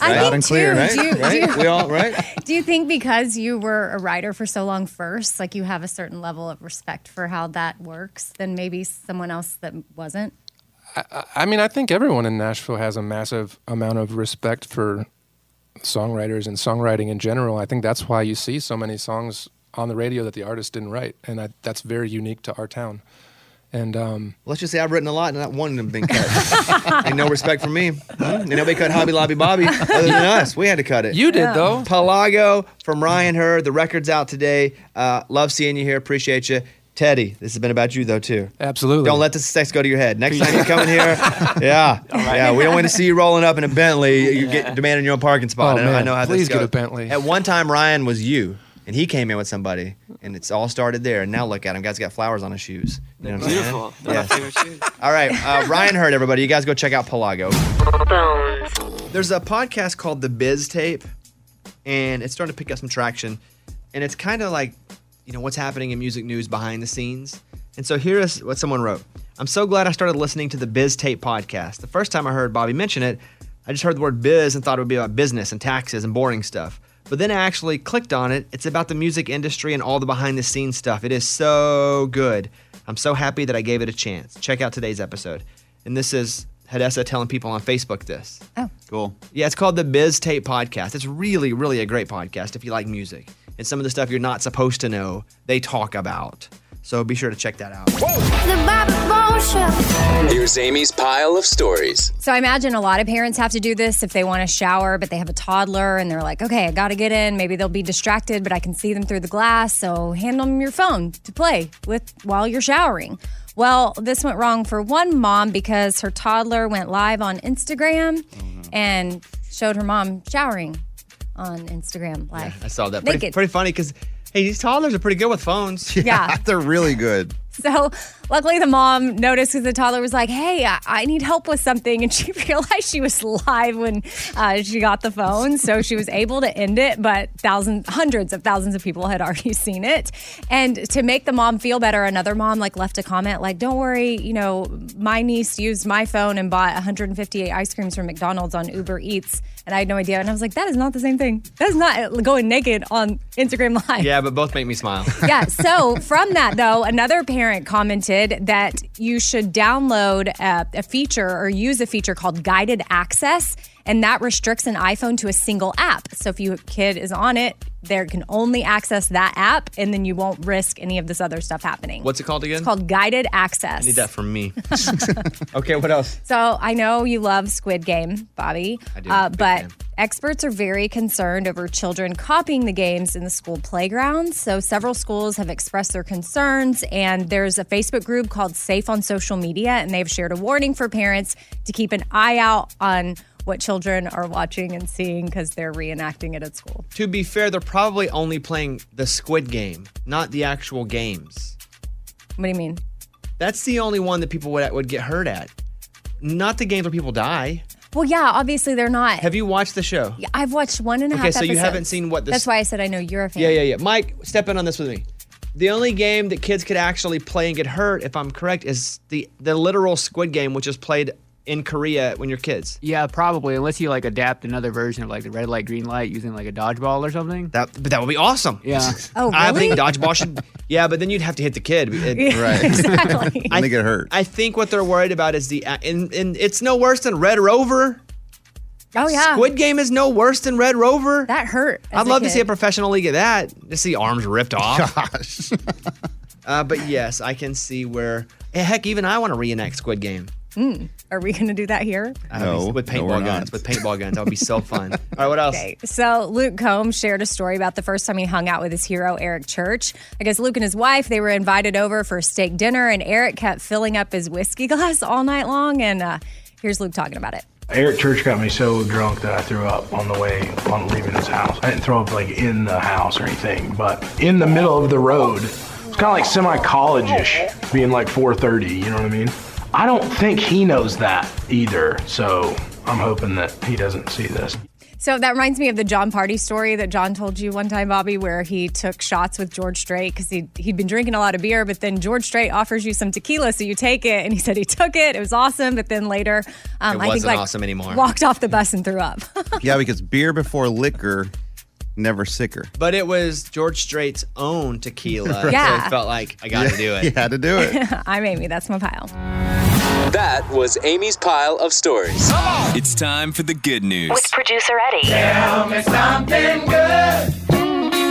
Speaker 2: I
Speaker 1: Loud
Speaker 2: think
Speaker 1: and clear,
Speaker 2: too,
Speaker 1: right?
Speaker 2: do you- do
Speaker 1: Right?
Speaker 2: you-
Speaker 1: We all- right?
Speaker 2: Do you think because you were a writer for so long first, like you have a certain level of respect for how that works than maybe someone else that wasn't?
Speaker 10: I, I mean, I think everyone in Nashville has a massive amount of respect for songwriters and songwriting in general. I think that's why you see so many songs on the radio that the artist didn't write, and I, that's very unique to our town. And um,
Speaker 1: let's just say I've written a lot, and not one of them been cut. Ain't no respect for me. And nobody cut Hobby Lobby Bobby other than us. We had to cut it.
Speaker 10: You did, Yeah. though.
Speaker 1: Palago from Ryan Hurd. The record's out today. Uh, love seeing you here. Appreciate you. Teddy, this has been about you though too.
Speaker 10: Absolutely.
Speaker 1: Don't let this sex go to your head. Next time you come in here, yeah, yeah, we don't want to see you rolling up in a Bentley. You get demanding your own parking spot.
Speaker 10: Oh,
Speaker 1: I, know, I
Speaker 10: man.
Speaker 1: know how this
Speaker 10: Please
Speaker 1: goes.
Speaker 10: get a Bentley.
Speaker 1: At one time, Ryan was you, and he came in with somebody, and it's all started there. And now look at him. Guy's got flowers on his shoes. You know what I'm saying?
Speaker 12: Beautiful. They're my
Speaker 1: Yeah.
Speaker 12: favorite shoes.
Speaker 1: All right, uh, Ryan Hurd, everybody. You guys go check out Pelago. There's a podcast called The Biz Tape, and it's starting to pick up some traction. And it's kind of like, you know, what's happening in music news behind the scenes. And so here is what someone wrote I'm so glad I started listening to the Biz Tape podcast. The first time I heard Bobby mention it, I just heard the word biz and thought it would be about business and taxes and boring stuff. But then I actually clicked on it. It's about the music industry and all the behind the scenes stuff. It is so good. I'm so happy that I gave it a chance. Check out today's episode. And this is Hadessa telling people on Facebook this.
Speaker 2: Oh.
Speaker 1: Cool. Yeah, it's called the Biz Tape Podcast. It's really, really a great podcast if you like music. And some of the stuff you're not supposed to know, they talk about. So be sure to check that out.
Speaker 2: The Bobby Bones
Speaker 8: Here's Amy's pile of stories.
Speaker 2: So I imagine a lot of parents have to do this if they want to shower, but they have a toddler and they're like, okay, I got to get in. Maybe they'll be distracted, but I can see them through the glass. So hand them your phone to play with while you're showering. Well, this went wrong for one mom because her toddler went live on Instagram and showed her mom showering on Instagram live.
Speaker 1: I saw that. Pretty,
Speaker 2: Naked.
Speaker 1: pretty funny because, hey, these toddlers are pretty good with phones.
Speaker 2: Yeah.
Speaker 1: they're really good.
Speaker 2: So luckily the mom noticed because the toddler was like, hey, I, I need help with something. And she realized she was live when uh, she got the phone. So she was able to end it, but thousands, hundreds of thousands of people had already seen it. And to make the mom feel better, another mom like left a comment like, don't worry, you know, my niece used my phone and bought 158 ice creams from McDonald's on Uber Eats. And I had no idea. And I was like, that is not the same thing. That is not going naked on Instagram Live
Speaker 1: Yeah, but both make me smile.
Speaker 2: yeah. So from that though, another parent commented that you should download a, a feature or use a feature called guided access, and that restricts an iPhone to a single app. So if your kid is on it, they can only access that app, and then you won't risk any of this other stuff happening.
Speaker 1: What's it called again?
Speaker 2: It's called guided
Speaker 1: I
Speaker 2: access.
Speaker 1: need that from me. okay, what else?
Speaker 2: So I know you love Squid Game, Bobby.
Speaker 1: I do,
Speaker 2: Uh,
Speaker 1: big
Speaker 2: but
Speaker 1: fan.
Speaker 2: experts are very concerned over children copying the games in the school playgrounds. So several schools have expressed their concerns, and there's a Facebook group called Safe on Social Media, and they've shared a warning for parents to keep an eye out on what children are watching and seeing because they're reenacting it at school.
Speaker 1: To be fair, they're probably only playing the Squid Game, not the actual games.
Speaker 2: What do you mean?
Speaker 1: That's the only one that people would, would get hurt at. Not the games where people die.
Speaker 2: Well, yeah, obviously they're not.
Speaker 1: Have you watched the show?
Speaker 2: Yeah, I've watched one and a half.
Speaker 1: Okay, so you
Speaker 2: episodes.
Speaker 1: haven't seen what this-
Speaker 2: That's why I said I know you're a fan.
Speaker 1: Yeah, yeah, yeah. Mike, step in on this with me. The only game that kids could actually play and get hurt, if I'm correct, is the the literal Squid Game, which is played in Korea when you're kids.
Speaker 13: Yeah, probably. Unless you like adapt another version of like the red light, green light using like a dodgeball or something.
Speaker 1: That but that would be awesome.
Speaker 13: Yeah.
Speaker 2: Oh,
Speaker 1: I
Speaker 13: really?
Speaker 1: think dodgeball should. Yeah, but then you'd have to hit the kid. It-
Speaker 13: Yeah, Right.
Speaker 2: exactly.
Speaker 1: I
Speaker 3: And they get hurt.
Speaker 1: I think what they're worried about is the and and it's no worse than Red Rover.
Speaker 2: Oh yeah.
Speaker 1: Squid Game is no worse than Red Rover.
Speaker 2: That hurt. as
Speaker 1: I'd
Speaker 2: a
Speaker 1: love to
Speaker 2: kid.
Speaker 1: see a professional league of that. To see arms ripped off. Gosh. uh, but yes, I can see where. eh, Heck, even I want to reenact Squid Game.
Speaker 2: Mm. Are we going to do that here?
Speaker 1: I would be- with
Speaker 3: no, we're
Speaker 1: paintball guns. With paintball guns, that would be so fun. All right, what else?
Speaker 2: Okay. So Luke Combs shared a story about the first time he hung out with his hero Eric Church. I guess Luke and his wife they were invited over for a steak dinner, and Eric kept filling up his whiskey glass all night long. And uh, here's Luke talking about it.
Speaker 14: Eric Church got me so drunk that I threw up on the way on leaving his house. I didn't throw up like in the house or anything, but in the middle of the road. It's kind of like semi-college-ish, being like 4:30. You know what I mean? I don't think he knows that either. So I'm hoping that he doesn't see this.
Speaker 2: So that reminds me of the John Party story that John told you one time, Bobby, where he took shots with George Strait because he he'd been drinking a lot of beer, but then George Strait offers you some tequila, so you take it, and he said he took it, it was awesome, but then later, um,
Speaker 3: It
Speaker 2: I think
Speaker 3: wasn't
Speaker 2: like
Speaker 3: awesome anymore.
Speaker 2: walked off the bus and threw up.
Speaker 3: yeah, because beer before liquor, never sicker.
Speaker 1: But it was George Strait's own tequila.
Speaker 2: Right.
Speaker 1: So
Speaker 2: Yeah.
Speaker 1: it felt like I got to
Speaker 3: Yeah,
Speaker 1: do it.
Speaker 3: You had to do it.
Speaker 2: I'm Amy. That's my pile.
Speaker 8: That was Amy's pile of stories. It's time for the good news.
Speaker 9: With producer Eddie.
Speaker 7: Tell me something good.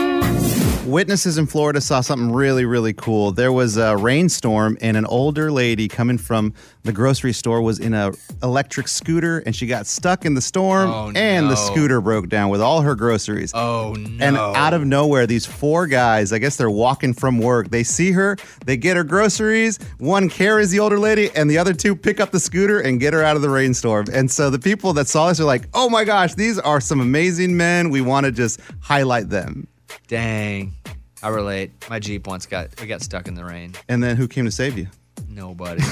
Speaker 3: Witnesses in Florida saw something really, really cool. There was a rainstorm, and an older lady coming from the grocery store was in a electric scooter, and she got stuck in the storm, and the
Speaker 1: Oh, no.
Speaker 3: scooter broke down with all her groceries.
Speaker 1: Oh no.
Speaker 3: And out of nowhere, these four guys, I guess they're walking from work. They see her, they get her groceries. One carries the older lady, and the other two pick up the scooter and get her out of the rainstorm. And so the people that saw this are like, oh my gosh, these are some amazing men. We want to just highlight them.
Speaker 1: Dang. I relate. My Jeep once got we got stuck in the rain.
Speaker 3: And then who came to save you?
Speaker 1: Nobody.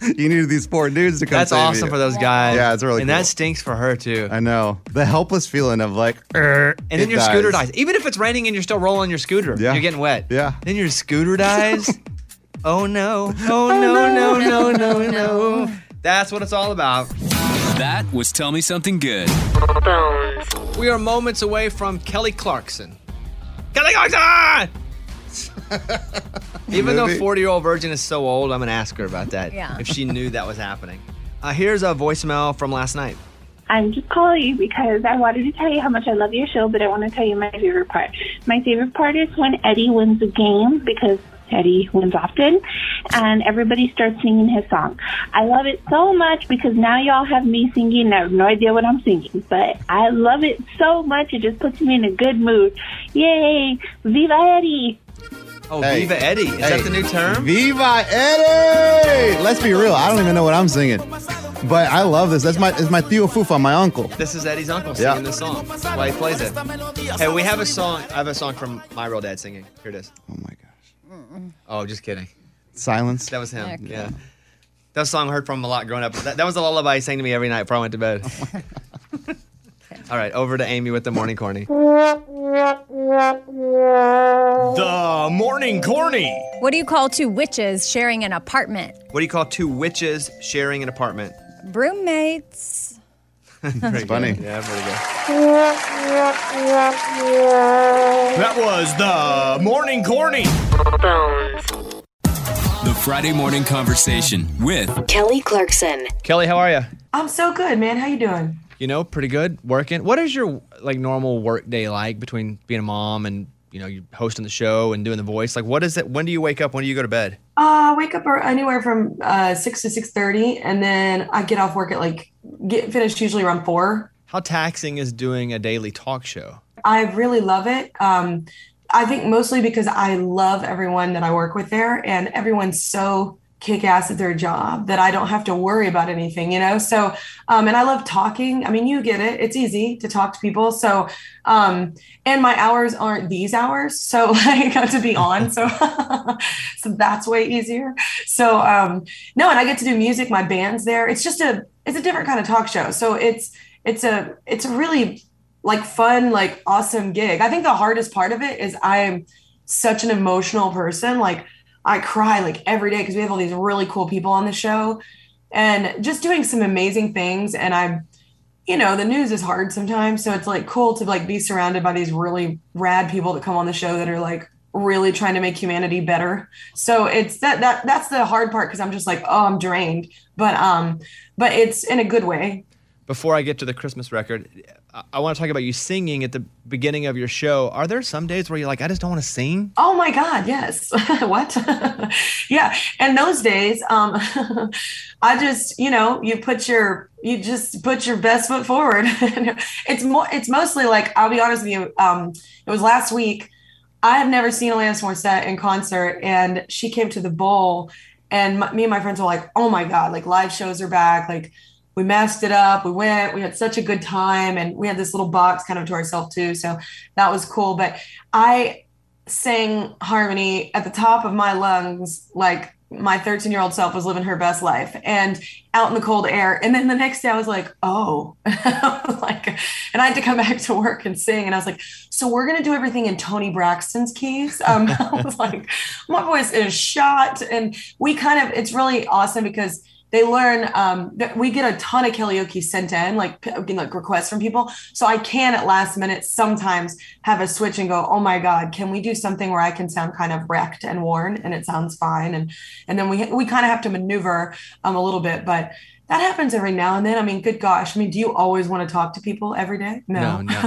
Speaker 3: You needed these four dudes to come
Speaker 1: That's
Speaker 3: save you.
Speaker 1: awesome for those guys.
Speaker 3: Yeah, it's really
Speaker 1: And
Speaker 3: cool.
Speaker 1: that stinks for her too.
Speaker 3: I know. The helpless feeling of like, and
Speaker 1: And then your scooter dies. Even if it's raining and you're still rolling your scooter,
Speaker 3: Yeah.
Speaker 1: you're getting wet.
Speaker 3: Yeah.
Speaker 1: Then your scooter dies. oh no. Oh no, no, no, no, no. That's what it's all about.
Speaker 8: That was Tell Me Something Good.
Speaker 1: We are moments away from Kelly Clarkson. Kelly Clarkson! Even though
Speaker 15: Movie.
Speaker 1: 40 year old virgin is so old, I'm going to ask her about that
Speaker 15: Yeah.
Speaker 1: if she knew that was happening. Uh, here's a voicemail from last night.
Speaker 15: I'm just calling you because I wanted to tell you how much I love your show, but I want to tell you my favorite part. My favorite part is when Eddie wins a game because Eddie wins often, and everybody starts singing his song. I love it so much because now y'all have me singing. and I have no idea what I'm singing, but I love it so much. It just puts me in a good mood. Yay! Viva Eddie!
Speaker 1: Oh,
Speaker 3: Hey.
Speaker 1: Viva Eddie. Is that
Speaker 3: Hey.
Speaker 1: the new term?
Speaker 3: Viva Eddie! Let's be real. I don't even know what I'm singing, but I love this. That's my it's my Theo Fufa, my uncle.
Speaker 1: This is Eddie's uncle
Speaker 3: Yeah.
Speaker 1: singing this song while he plays it. Hey, we have a song. I have a song from my real dad singing. Here it is. Oh
Speaker 3: my
Speaker 1: gosh. Oh, just kidding.
Speaker 3: Silence.
Speaker 1: That was him.
Speaker 3: Heck
Speaker 1: Yeah. That was a song I heard from a lot growing up. That, that was the lullaby he sang to me every night before I went to bed.
Speaker 3: Oh
Speaker 1: All right, over to Amy with the morning corny.
Speaker 2: The
Speaker 1: morning corny.
Speaker 2: What do you call two witches sharing an apartment?
Speaker 1: What do you call two witches sharing an apartment?
Speaker 2: Roommates.
Speaker 1: That's
Speaker 3: funny.
Speaker 1: Yeah, pretty good.
Speaker 7: That
Speaker 8: was the Morning Corny. The Friday Morning Conversation with
Speaker 9: Kelly Clarkson.
Speaker 1: Kelly, how are you?
Speaker 16: I'm so good, man. How you doing?
Speaker 1: You know, pretty good. Working. What is your like normal work day like between being a mom and you know you hosting the show and doing the voice? Like, what is it? When do you wake up? When do you go to bed?
Speaker 16: Uh, I wake up ar- anywhere from uh, six to six thirty, and then I get off work at like get finished usually around four.
Speaker 1: How taxing is doing a daily talk show?
Speaker 16: I really love it. Um, I think mostly because I love everyone that I work with there, and everyone's so kick ass at their job that I don't have to worry about anything, you know? So, um, and I love talking. I mean, you get it, it's easy to talk to people. So, um, and my hours aren't these hours. So, I got to be on. So, so that's way easier. So, um, no, and I get to do music, my band's there. It's just a, it's a different kind of talk show. So, it's, it's a, it's a really like fun, like awesome gig. I think the hardest part of it is I'm such an emotional person. Like I cry like every day because we have all these really cool people on the show and just doing some amazing things. And I'm, you know, the news is hard sometimes. So it's like cool to like be surrounded by these really rad people that come on the show that are like really trying to make humanity better. So it's that that that's the hard part because I'm just like, oh, I'm drained. But um, but it's in a good way.
Speaker 1: Before I get to the Christmas record, I, I want to talk about you singing at the beginning of your show. Are there some days where you're like, I just don't want to sing?
Speaker 16: Oh my God, yes. what? yeah. And those days, um, I just, you know, you put your, you just put your best foot forward. it's more, it's mostly like, I'll be honest with you. Um, it was last week. I have never seen Alanis Morissette in concert and she came to the bowl and my, me and my friends were like, oh my God, like live shows are back. Like we masked it up. We went, we had such a good time, and we had this little box kind of to ourselves too. So that was cool. But I sang harmony at the top of my lungs, like my 13 year old self was living her best life and out in the cold air. And then the next day I was like, oh, and I had to come back to work and sing. And I was like, so we're going to do everything in Tony Braxton's keys. Um, I was like, my voice is shot. And we kind of, it's really awesome because they learn um, that we get a ton of karaoke sent in, like p- like requests from people. So I can at last minute sometimes have a switch and go, oh my god, can we do something where I can sound kind of wrecked and worn, and it sounds fine, and and then we we kind of have to maneuver um, a little bit, but that happens every now and then. I mean, good gosh, I mean, do you always want to talk to people every day? No, no.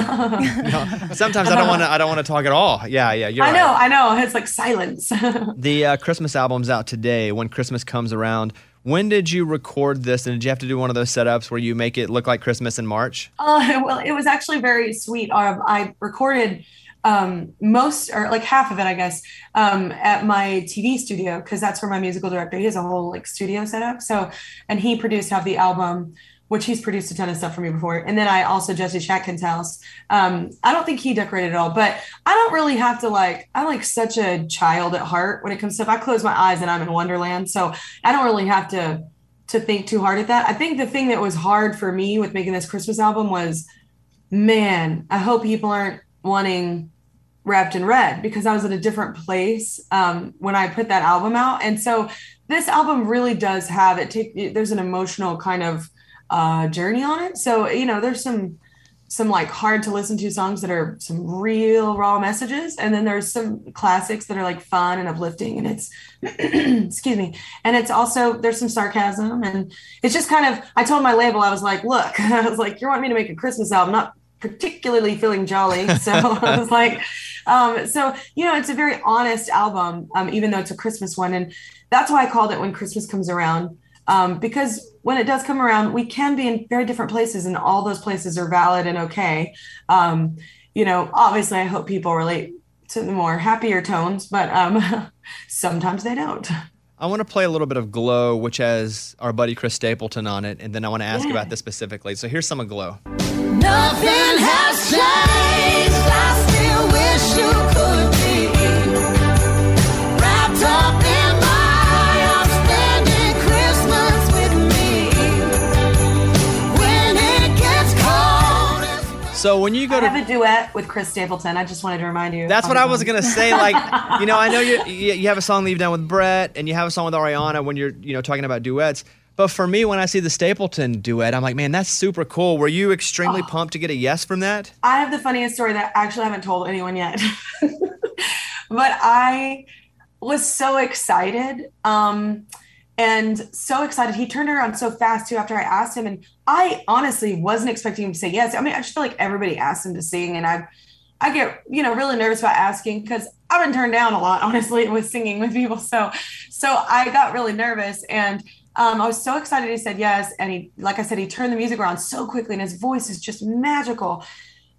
Speaker 1: Sometimes I don't want to. I don't want to talk at all. Yeah, yeah. You're
Speaker 16: I
Speaker 1: right.
Speaker 16: know, I know. It's like silence.
Speaker 1: The uh, Christmas album's out today. When Christmas comes around, when did you record this? And did you have to do one of those setups where you make it look like Christmas in March?
Speaker 16: Uh, well, it was actually very sweet. Um, I recorded um, most or like half of it, I guess, um, at my TV studio because that's where my musical director. He has a whole like studio set up. So, and he produced half the album, which he's produced a ton of stuff for me before. And then I also Jesse Shatkin's house. Um, I don't think he decorated it all, but I don't really have to like. I'm like such a child at heart when it comes to. If I close my eyes and I'm in Wonderland, so I don't really have to to think too hard at that. I think the thing that was hard for me with making this Christmas album was, man, I hope people aren't wanting wrapped in red because I was in a different place um, when I put that album out. And so this album really does have it take there's an emotional kind of uh, journey on it. So you know there's some some like hard to listen to songs that are some real raw messages and then there's some classics that are like fun and uplifting and it's excuse me and it's also there's some sarcasm and it's just kind of i told my label i was like look i was like you want me to make a christmas album not particularly feeling jolly. So I was like, um, so you know, it's a very honest album, um, even though it's a Christmas one, and that's why I called it "When Christmas Comes Around," um, because when it does come around, we can be in very different places, and all those places are valid and okay. Um, you know, obviously, I hope people relate to the more happier tones, but um, sometimes they don't.
Speaker 1: I want to play a little bit of Glow, which has our buddy Chris Stapleton on it, and then I want to ask
Speaker 17: Yeah.
Speaker 1: about this specifically. So here's some of Glow.
Speaker 17: Nothing has changed. I still wish you could be wrapped up in my outstanding Christmas with me. When it gets cold,
Speaker 1: So when you go
Speaker 16: I
Speaker 1: to
Speaker 16: have a duet with Chris Stapleton. I just wanted to remind you.
Speaker 1: That's what I was gonna say. Like, you know, I know
Speaker 16: you.
Speaker 1: you you you have a song that you've done with Brett, and you have a song with Ariana when you're you know talking about duets. But for me, when I see the Stapleton duet, I'm like, man, that's super cool. Were you extremely pumped to get a yes from that?
Speaker 16: I have the funniest story that I actually haven't told anyone yet. but I was so excited. Um, and so excited. He turned around so fast too after I asked him. And I honestly wasn't expecting him to say yes. I mean, I just feel like everybody asks him to sing. And I I get, you know, really nervous about asking because I've been turned down a lot, honestly, with singing with people. So so I got really nervous and um, I was so excited he said yes. And he, like I said, he turned the music around so quickly and his voice is just magical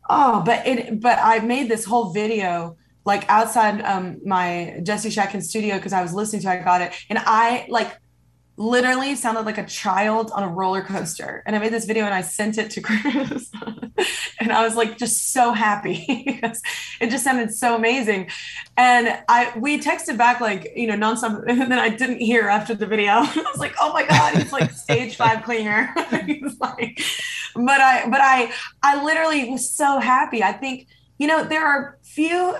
Speaker 16: oh but it but i made this whole video like outside um my jesse Shatkin studio because i was listening to it, i got it and i like literally sounded like a child on a roller coaster and i made this video and i sent it to chris and i was like just so happy because it just sounded so amazing and i we texted back like you know nonstop and then i didn't hear after the video i was like oh my god he's like stage five cleaner but I but I I literally was so happy. I think you know there are few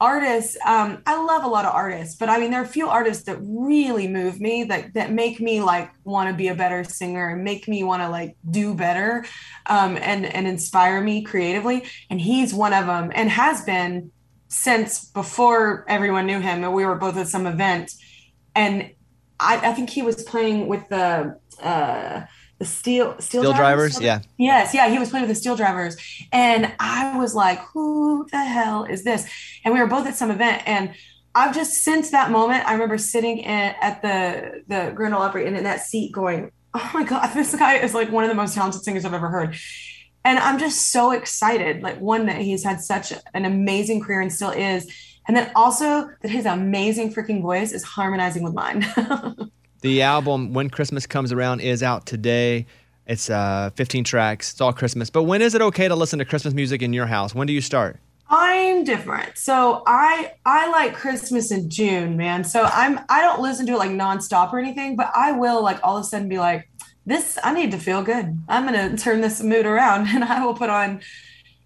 Speaker 16: artists um I love a lot of artists, but I mean there are few artists that really move me that that make me like want to be a better singer and make me want to like do better um and and inspire me creatively and he's one of them and has been since before everyone knew him and we were both at some event and I, I think he was playing with the uh, the steel steel,
Speaker 1: Steel drivers,
Speaker 16: yeah. Yes, yeah, he was playing with the steel drivers, and I was like, "Who the hell is this?" And we were both at some event, and I've just since that moment, I remember sitting in, at the the Grand Ole Opry and in that seat, going, "Oh my god, this guy is like one of the most talented singers I've ever heard." and I'm just so excited. Like one that he's had such an amazing career and still is, and then also that his amazing freaking voice is harmonizing with mine.
Speaker 1: The album When Christmas Comes Around is out today. It's uh, 15 tracks. It's all Christmas. But when is it okay to listen to Christmas music in your house? When do you start?
Speaker 16: I'm different. So I I like Christmas in June, man. So I'm I don't listen to it like nonstop or anything, but I will like all of a sudden be like, this I need to feel good. I'm gonna turn this mood around and I will put on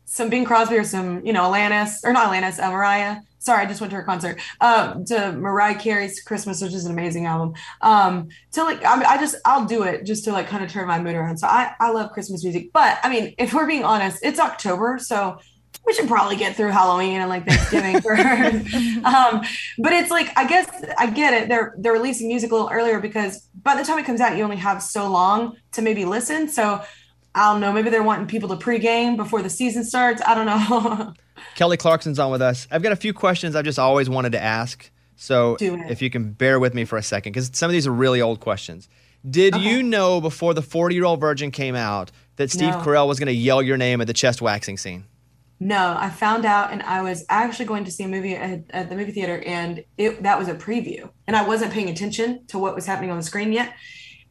Speaker 16: some Bing Crosby or some, you know, Alanis or not Alanis, uh, Mariah. Sorry, I just went to her concert. Uh, to Mariah Carey's Christmas, which is an amazing album. Um, to like, I, mean, I just I'll do it just to like kind of turn my mood around. So I I love Christmas music, but I mean, if we're being honest, it's October, so we should probably get through Halloween and like Thanksgiving first. um, but it's like I guess I get it. They're they're releasing music a little earlier because by the time it comes out, you only have so long to maybe listen. So I don't know. Maybe they're wanting people to pregame before the season starts. I don't know.
Speaker 1: Kelly Clarkson's on with us. I've got a few questions I've just always wanted to ask. So
Speaker 16: Do it.
Speaker 1: if you can bear with me for a second, because some of these are really old questions. Did you know before the 40 year old virgin came out that Steve
Speaker 16: No.
Speaker 1: Carell was going to yell your name at the chest waxing scene?
Speaker 16: No, I found out, and I was actually going to see a movie at, at the movie theater, and it that was a preview, and I wasn't paying attention to what was happening on the screen yet.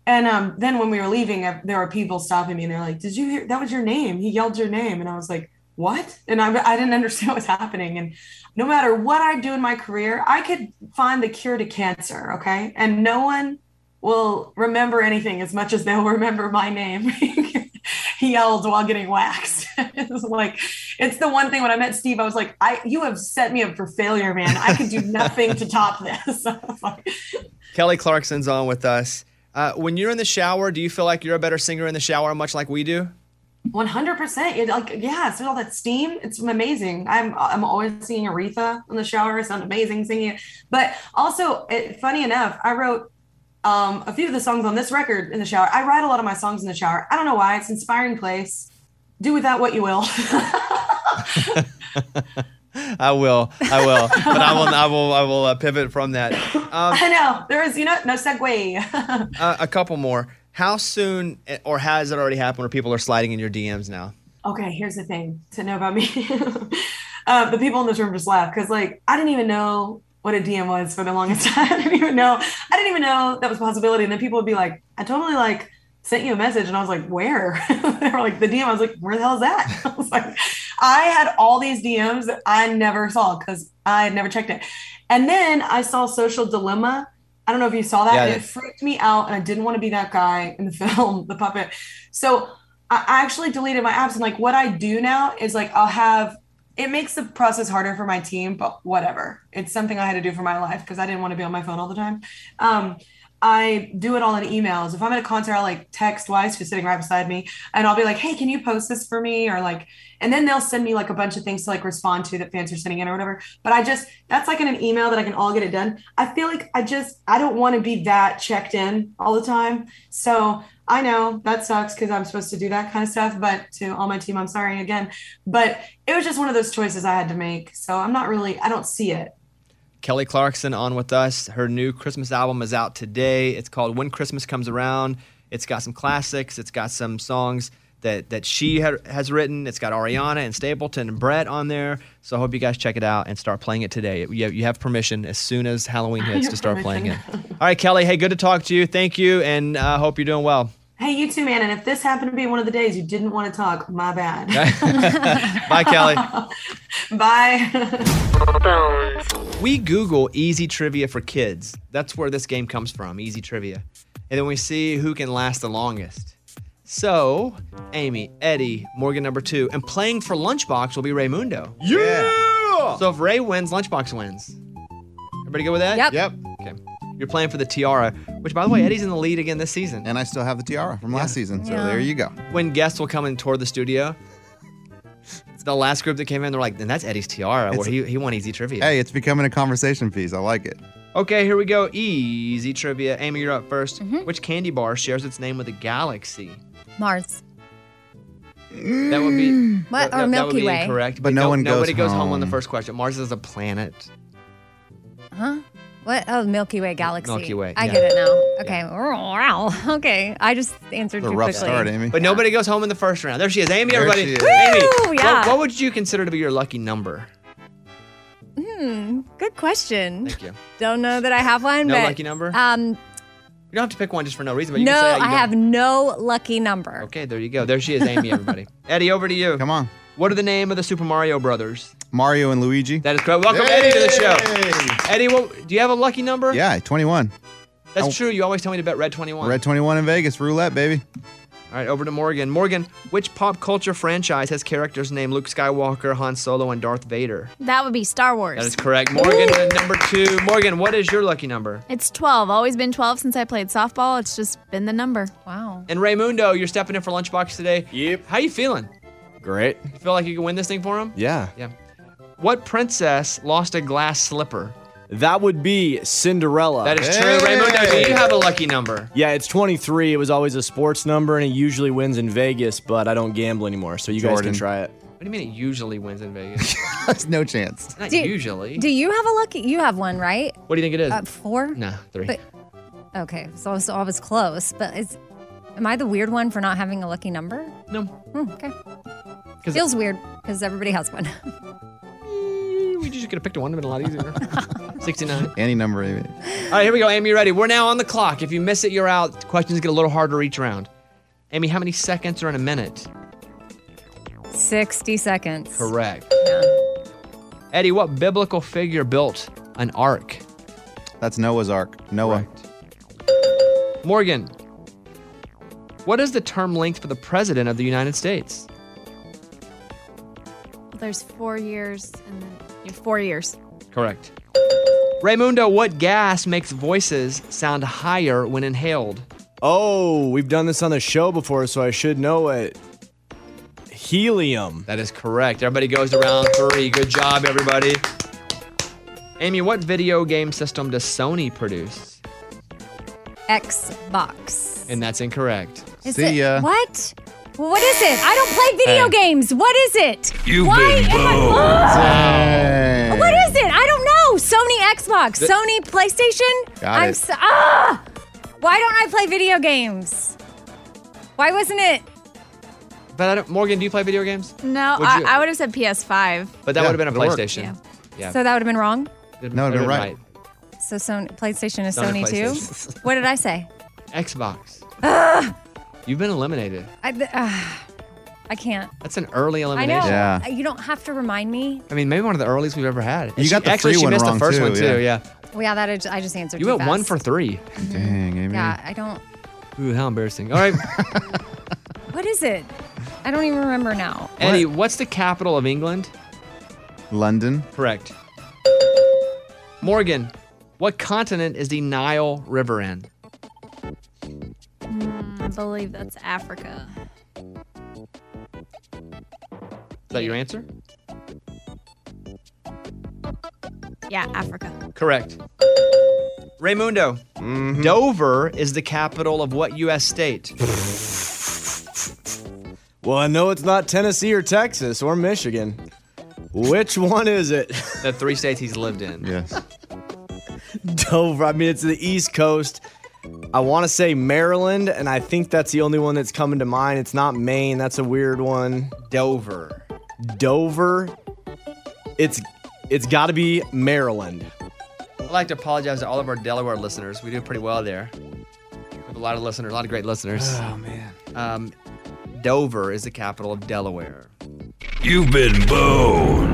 Speaker 16: And um, then when we were leaving, I, there were people stopping me, and they're like, "Did you hear? That was your name. He yelled your name," and I was like, "What?" And I I didn't understand what was happening. And no matter what I do in my career, I could find the cure to cancer, okay? And no one will remember anything as much as they'll remember my name. he yelled while getting waxed. it was like, it's the one thing when I met Steve, I was like, I you have set me up for failure, man. I could do nothing to top this.
Speaker 1: Kelly Clarkson's on with us. Uh, when you're in the shower, do you feel like you're a better singer in the shower, much like we do?
Speaker 16: One hundred percent. Like, yeah, it's all that steam. It's amazing. I'm I'm always singing Aretha in the shower. It sounds amazing singing it. But also, it, funny enough, I wrote um, a few of the songs on this record in the shower. I write a lot of my songs in the shower. I don't know why. It's an inspiring place. Do with that what you will.
Speaker 1: I will, I will, but I will, I will, I will uh, pivot from that.
Speaker 16: I know there is, you know, no segue.
Speaker 1: Uh, a couple more. How soon, eh, or has it already happened, where people are sliding in your DMs now?
Speaker 16: okay, here's the thing to know about me. uh, the people in this room just laugh because, like, I didn't even know what a DM was for the longest time. I didn't even know. I didn't even know that was a possibility. And then people would be like, "I totally like sent you a message," and I was like, "Where?" they were like, "The DM." I was like, "Where the hell is that?" I was like, I had all these DMs that I never saw because I had never checked it. And then I saw Social Dilemma. I don't know if you saw that.
Speaker 17: Yeah,
Speaker 16: and
Speaker 17: yeah.
Speaker 16: it freaked me out, and I didn't want to be that guy in the film, the puppet. So I actually deleted my apps. And like what I do now is like I'll have it makes the process harder for my team, but whatever. It's something I had to do for my life because I didn't want to be on my phone all the time. Um, I do it all in emails. If I'm at a concert, I'll like text Wise, who's sitting right beside me, and I'll be like, hey, can you post this for me? Or like, and then they'll send me like a bunch of things to like respond to that fans are sending in or whatever. But I just, that's like in an email that I can all get it done. I feel like I just, I don't want to be that checked in all the time. So I know that sucks because I'm supposed to do that kind of stuff. But to all my team, I'm sorry again. But it was just one of those choices I had to make. So I'm not really, I don't see it.
Speaker 1: Kelly Clarkson on with us. Her new Christmas album is out today. It's called When Christmas Comes Around. It's got some classics. It's got some songs that that she ha- has written. It's got Ariana and Stapleton and Brett on there. So I hope you guys check it out and start playing it today. You have, you have permission as soon as Halloween hits to start playing it. All right, Kelly. Hey, good to talk to you. Thank you, and I hope you're doing well.
Speaker 16: Hey, you too, man. And if this happened to be one of the days you didn't want to talk, my bad.
Speaker 1: Bye, Kelly.
Speaker 16: Bye.
Speaker 1: We Google easy trivia for kids. That's where this game comes from, easy trivia. And then we see who can last the longest. So, Amy, Eddie, Morgan number two, and playing for Lunchbox will be Raymundo. Yeah! So if Ray wins, Lunchbox wins. Everybody good with that? Yep. Yep. Okay. You're playing for the tiara, which by the way, Eddie's in the lead again this season. And I still have the tiara from last season.
Speaker 3: so Yeah. there you go.
Speaker 1: When guests will come and tour the studio, the last group that came in, they're like, then that's Eddie's tiara, where
Speaker 3: It's-
Speaker 1: he, he won easy trivia.
Speaker 3: Hey, it's becoming a conversation piece. I like it.
Speaker 1: Okay, here we go. Easy trivia. Amy, you're up 1st
Speaker 2: Mm-hmm.
Speaker 1: Which candy bar shares its name with a galaxy?
Speaker 2: Mars.
Speaker 1: That would be
Speaker 2: Mm. What?
Speaker 1: that,
Speaker 2: or
Speaker 1: that would
Speaker 2: Milky
Speaker 1: be
Speaker 2: Way.
Speaker 1: incorrect.
Speaker 3: But no
Speaker 1: don't-
Speaker 3: one goes
Speaker 1: nobody goes home. on
Speaker 3: home.
Speaker 1: the first question. Mars is a planet.
Speaker 2: Huh? What? Oh, Milky Way galaxy.
Speaker 1: Milky Way,
Speaker 2: I
Speaker 1: yeah.
Speaker 2: get it now. Okay. Wow. Okay. I just answered too quickly.
Speaker 1: But nobody goes home in the first round. There she is, Amy.
Speaker 2: There
Speaker 1: everybody,
Speaker 2: she is.
Speaker 1: Amy.
Speaker 2: Woo,
Speaker 1: what-
Speaker 2: yeah.
Speaker 1: What, would you consider to be your lucky number?
Speaker 2: Hmm. Good question.
Speaker 1: Thank you.
Speaker 2: Don't know that I have one.
Speaker 1: No
Speaker 2: but,
Speaker 1: lucky number?
Speaker 2: Um,
Speaker 1: You don't have to pick one just for no reason, but you
Speaker 2: no,
Speaker 1: can say how
Speaker 2: I
Speaker 1: you
Speaker 2: have no lucky number.
Speaker 1: don't. Okay, there you go. There she is, Amy, everybody. Eddie, over to you. Come
Speaker 3: on.
Speaker 1: What are the name of the Super Mario Brothers?
Speaker 3: Mario and Luigi.
Speaker 1: That is correct. Welcome, Eddie, to the show. Eddie, what, do you have a lucky number?
Speaker 3: Yeah, 21.
Speaker 1: That's
Speaker 18: Oh.
Speaker 3: I-
Speaker 1: true. You always tell me to bet red 21.
Speaker 3: Red 21 in Vegas, roulette, baby.
Speaker 1: All right, over to Morgan. Morgan, which pop culture franchise has characters named Luke Skywalker, Han Solo, and Darth Vader?
Speaker 6: That would be Star Wars.
Speaker 1: That is correct. Morgan, to number two. Morgan, what is your lucky number?
Speaker 6: It's 12. Always been 12 since I played softball. It's just been the number.
Speaker 2: Wow.
Speaker 1: And Raymundo, you're stepping in for lunchbox today. Yep. How you feeling?
Speaker 18: Great.
Speaker 1: You feel like you can win this thing for him?
Speaker 18: Yeah.
Speaker 1: Yeah. What princess lost a glass slipper?
Speaker 18: That would be Cinderella.
Speaker 1: That is true. Raymundo, do you have a lucky number?
Speaker 18: Yeah, it's 23. It was always a sports number, and it usually wins in Vegas, but I don't gamble anymore, so you guys
Speaker 3: Jordan.
Speaker 18: can try it.
Speaker 1: What do you mean it usually wins in Vegas?
Speaker 3: There's no chance.
Speaker 1: Not
Speaker 2: Do-
Speaker 1: usually.
Speaker 2: Do you have a lucky? You have one, right?
Speaker 1: what do you think it is?
Speaker 2: Uh, four?
Speaker 1: nah, three.
Speaker 2: But, okay, so, so I was close, but is am I the weird one for not having a lucky number?
Speaker 1: No.
Speaker 2: Hmm, okay.
Speaker 1: 'Cause-
Speaker 2: Feels weird because everybody has one.
Speaker 1: Eh, we just could have picked one. It would have been a lot easier. 69.
Speaker 3: Any number. Amy.
Speaker 1: All right, here we go. Amy, you ready? We're now on the clock. If you miss it, you're out. Questions get a little harder each round. Amy, how many seconds are in a minute?
Speaker 2: Sixty seconds.
Speaker 1: Correct. Eddie, what biblical figure built an ark?
Speaker 3: That's Noah's Ark. Noah.
Speaker 1: Morgan, what is the term length for the president of the United States?
Speaker 6: There's four years and then you have four years.
Speaker 1: Correct. Raymundo, what gas makes voices sound higher when inhaled?
Speaker 18: Oh, we've done this on the show before, so I should know it. Helium.
Speaker 1: That is correct. Everybody goes to round three. Good job, everybody. Amy, what video game system does Sony produce?
Speaker 2: Xbox.
Speaker 1: And that's incorrect.
Speaker 2: Is it, What? Well, What is it? I don't play video
Speaker 1: Hey.
Speaker 2: games. What is it?
Speaker 1: You've
Speaker 2: Why
Speaker 1: been
Speaker 2: am I-
Speaker 1: boned. Oh.
Speaker 2: Ah!
Speaker 3: Oh,
Speaker 1: Dang.
Speaker 2: What is it? I don't know. Sony Xbox,
Speaker 1: Th-
Speaker 2: Sony PlayStation.
Speaker 1: Got
Speaker 2: I'm
Speaker 1: it.
Speaker 2: so, ah! Why don't I play video games? Why wasn't it?
Speaker 1: But I don't, Morgan, do you play video games?
Speaker 6: No,
Speaker 1: Would
Speaker 6: I,
Speaker 1: you-
Speaker 6: I would have said PS5.
Speaker 1: But that
Speaker 3: Yeah,
Speaker 1: would have been a
Speaker 3: would've worked.
Speaker 1: PlayStation.
Speaker 6: Yeah.
Speaker 1: Yeah.
Speaker 2: So that would have been wrong.
Speaker 3: No, it'd been
Speaker 1: would've
Speaker 3: right.
Speaker 2: So Sony PlayStation is
Speaker 1: Sony
Speaker 2: Sony, too.
Speaker 1: PlayStation.
Speaker 2: what did I say?
Speaker 1: right. Xbox.
Speaker 2: Ugh.
Speaker 1: You've been eliminated.
Speaker 2: I, th- ah. I can't.
Speaker 1: That's an early
Speaker 2: I
Speaker 1: elimination.
Speaker 2: know. You don't have to remind me.
Speaker 1: I mean, maybe one of the earliest we've ever had. And
Speaker 3: You
Speaker 1: she-
Speaker 3: got the
Speaker 1: actually,
Speaker 3: free
Speaker 1: she
Speaker 3: one
Speaker 1: missed
Speaker 3: wrong,
Speaker 1: the first
Speaker 3: too,
Speaker 1: one too. Yeah,
Speaker 3: yeah.
Speaker 2: Well, yeah, that I, ju- I just answered.
Speaker 1: you
Speaker 2: too
Speaker 1: went one
Speaker 2: fast.
Speaker 1: for three.
Speaker 3: Dang, Amy.
Speaker 2: Yeah, I don't.
Speaker 1: Ooh, how embarrassing. All right,
Speaker 2: What is it? I don't even remember now.
Speaker 1: Eddie, what's the capital of England?
Speaker 3: London.
Speaker 1: Correct. Morgan, what continent is the Nile River in?
Speaker 6: Mm, I believe that's Africa.
Speaker 1: Is that your answer?
Speaker 6: Yeah, Africa.
Speaker 1: Correct. Raymundo, Dover is the capital of what U.S. state?
Speaker 18: Well, I know it's not Tennessee or Texas or Michigan. Which one is it?
Speaker 1: the three states he's lived in.
Speaker 3: Yes.
Speaker 18: Dover. I mean, it's the East Coast. I want to say Maryland, and I think that's the only one that's coming to mind. It's not Maine. That's a weird one.
Speaker 1: Dover.
Speaker 18: Dover. It's it's got to be Maryland.
Speaker 1: I'd like to apologize to all of our Delaware listeners. We do pretty well there. We have a lot of listeners, a lot of great listeners. Oh man. Um, Dover is the capital of Delaware.
Speaker 18: You've been boned.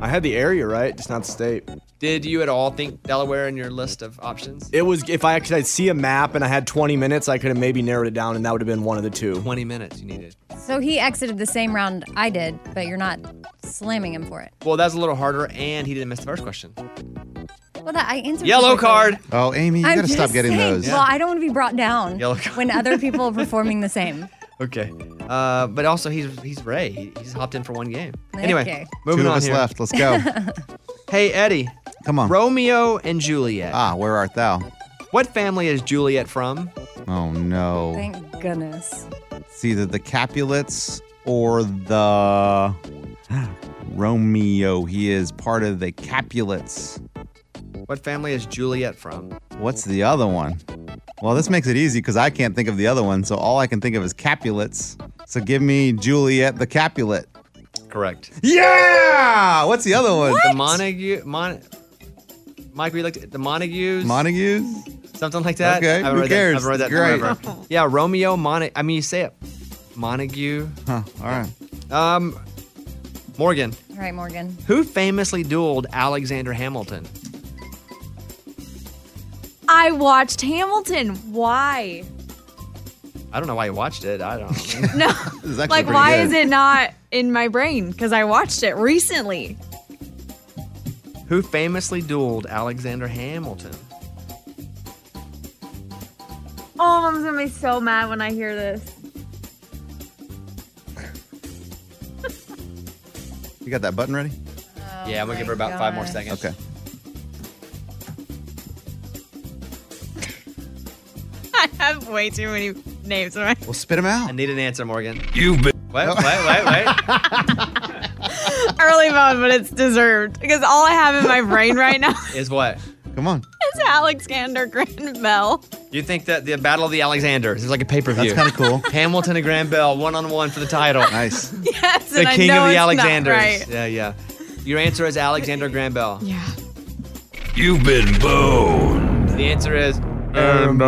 Speaker 18: I had the area right, just not the state.
Speaker 1: Did you at all think Delaware in your list of options?
Speaker 18: It was if I could I'd see a map and I had 20 minutes, I could have maybe narrowed it down, and that would have been one of the two.
Speaker 1: 20 minutes you needed.
Speaker 2: So he exited the same round I did, but you're not slamming him for it.
Speaker 1: Well, that's a little harder, and he didn't miss the first question.
Speaker 2: Well, that I answered.
Speaker 1: Yellow
Speaker 2: correctly.
Speaker 1: card.
Speaker 3: Oh, Amy,
Speaker 2: I'm just saying, Well, I don't want to be brought down
Speaker 1: Yellow card.
Speaker 2: when other people are performing the same.
Speaker 1: Okay. Uh, but also, he's he's Ray. He, he's hopped in for one game. Anyway,
Speaker 2: Okay.
Speaker 1: moving
Speaker 3: Two
Speaker 1: on
Speaker 3: of us
Speaker 1: here.
Speaker 3: left. Let's go.
Speaker 1: hey, Eddie.
Speaker 3: Come on.
Speaker 1: Romeo and Juliet.
Speaker 3: Ah, where art thou?
Speaker 1: What family is Juliet from?
Speaker 3: Oh, no.
Speaker 2: Thank goodness.
Speaker 3: It's either the Capulets or the Romeo. He is part of the Capulets.
Speaker 1: What family is Juliet from?
Speaker 3: What's the other one? Well, this makes it easy because I can't think of the other one, so all I can think of is Capulets. So give me Juliet the Capulet.
Speaker 1: Correct.
Speaker 3: Yeah! What's the other one?
Speaker 1: The Montague. Mon- Mike, we looked at the Montagues.
Speaker 3: Montagues?
Speaker 1: something like that.
Speaker 3: Okay,
Speaker 1: I've
Speaker 3: who
Speaker 1: read
Speaker 3: cares?
Speaker 1: That, I've read that
Speaker 3: It's great.
Speaker 1: forever. yeah, Romeo Montague. I mean, you say it, Montague.
Speaker 3: Huh, all right.
Speaker 1: Um, Morgan,
Speaker 2: All right, Morgan.
Speaker 1: who famously dueled Alexander Hamilton?
Speaker 6: I watched Hamilton. Why?
Speaker 1: I don't know why you watched it. I don't.
Speaker 6: No.
Speaker 1: is actually
Speaker 6: like,
Speaker 1: pretty
Speaker 6: why
Speaker 1: good.
Speaker 6: is it not in my brain? Because I watched it recently.
Speaker 1: Who famously dueled Alexander Hamilton?
Speaker 6: Oh, mom's gonna be so mad when I hear this.
Speaker 3: You got that button ready?
Speaker 1: yeah, I'm gonna give her about five more seconds.
Speaker 3: Okay.
Speaker 6: I have way too many names. Right?
Speaker 3: Well, spit them out.
Speaker 1: I need an answer, Morgan. You've been. Wait, wait, wait, wait.
Speaker 6: Early mom, but it's deserved because all I have in my brain right now
Speaker 1: is what?
Speaker 3: Come on.
Speaker 6: is Alexander Graham Bell.
Speaker 1: You think that the Battle of the Alexanders is like a pay per view?
Speaker 3: That's kinda
Speaker 1: cool. Hamilton and Grand Bell, one on one for the title.
Speaker 3: Nice.
Speaker 6: Yes,
Speaker 1: Oh, the
Speaker 6: and I
Speaker 1: King
Speaker 6: know
Speaker 1: of the
Speaker 6: it's not
Speaker 1: Alexanders.
Speaker 6: right.
Speaker 1: Yeah, yeah. Your answer is Alexander Graham Bell.
Speaker 6: Yeah.
Speaker 1: You've been boned. The answer is.
Speaker 3: From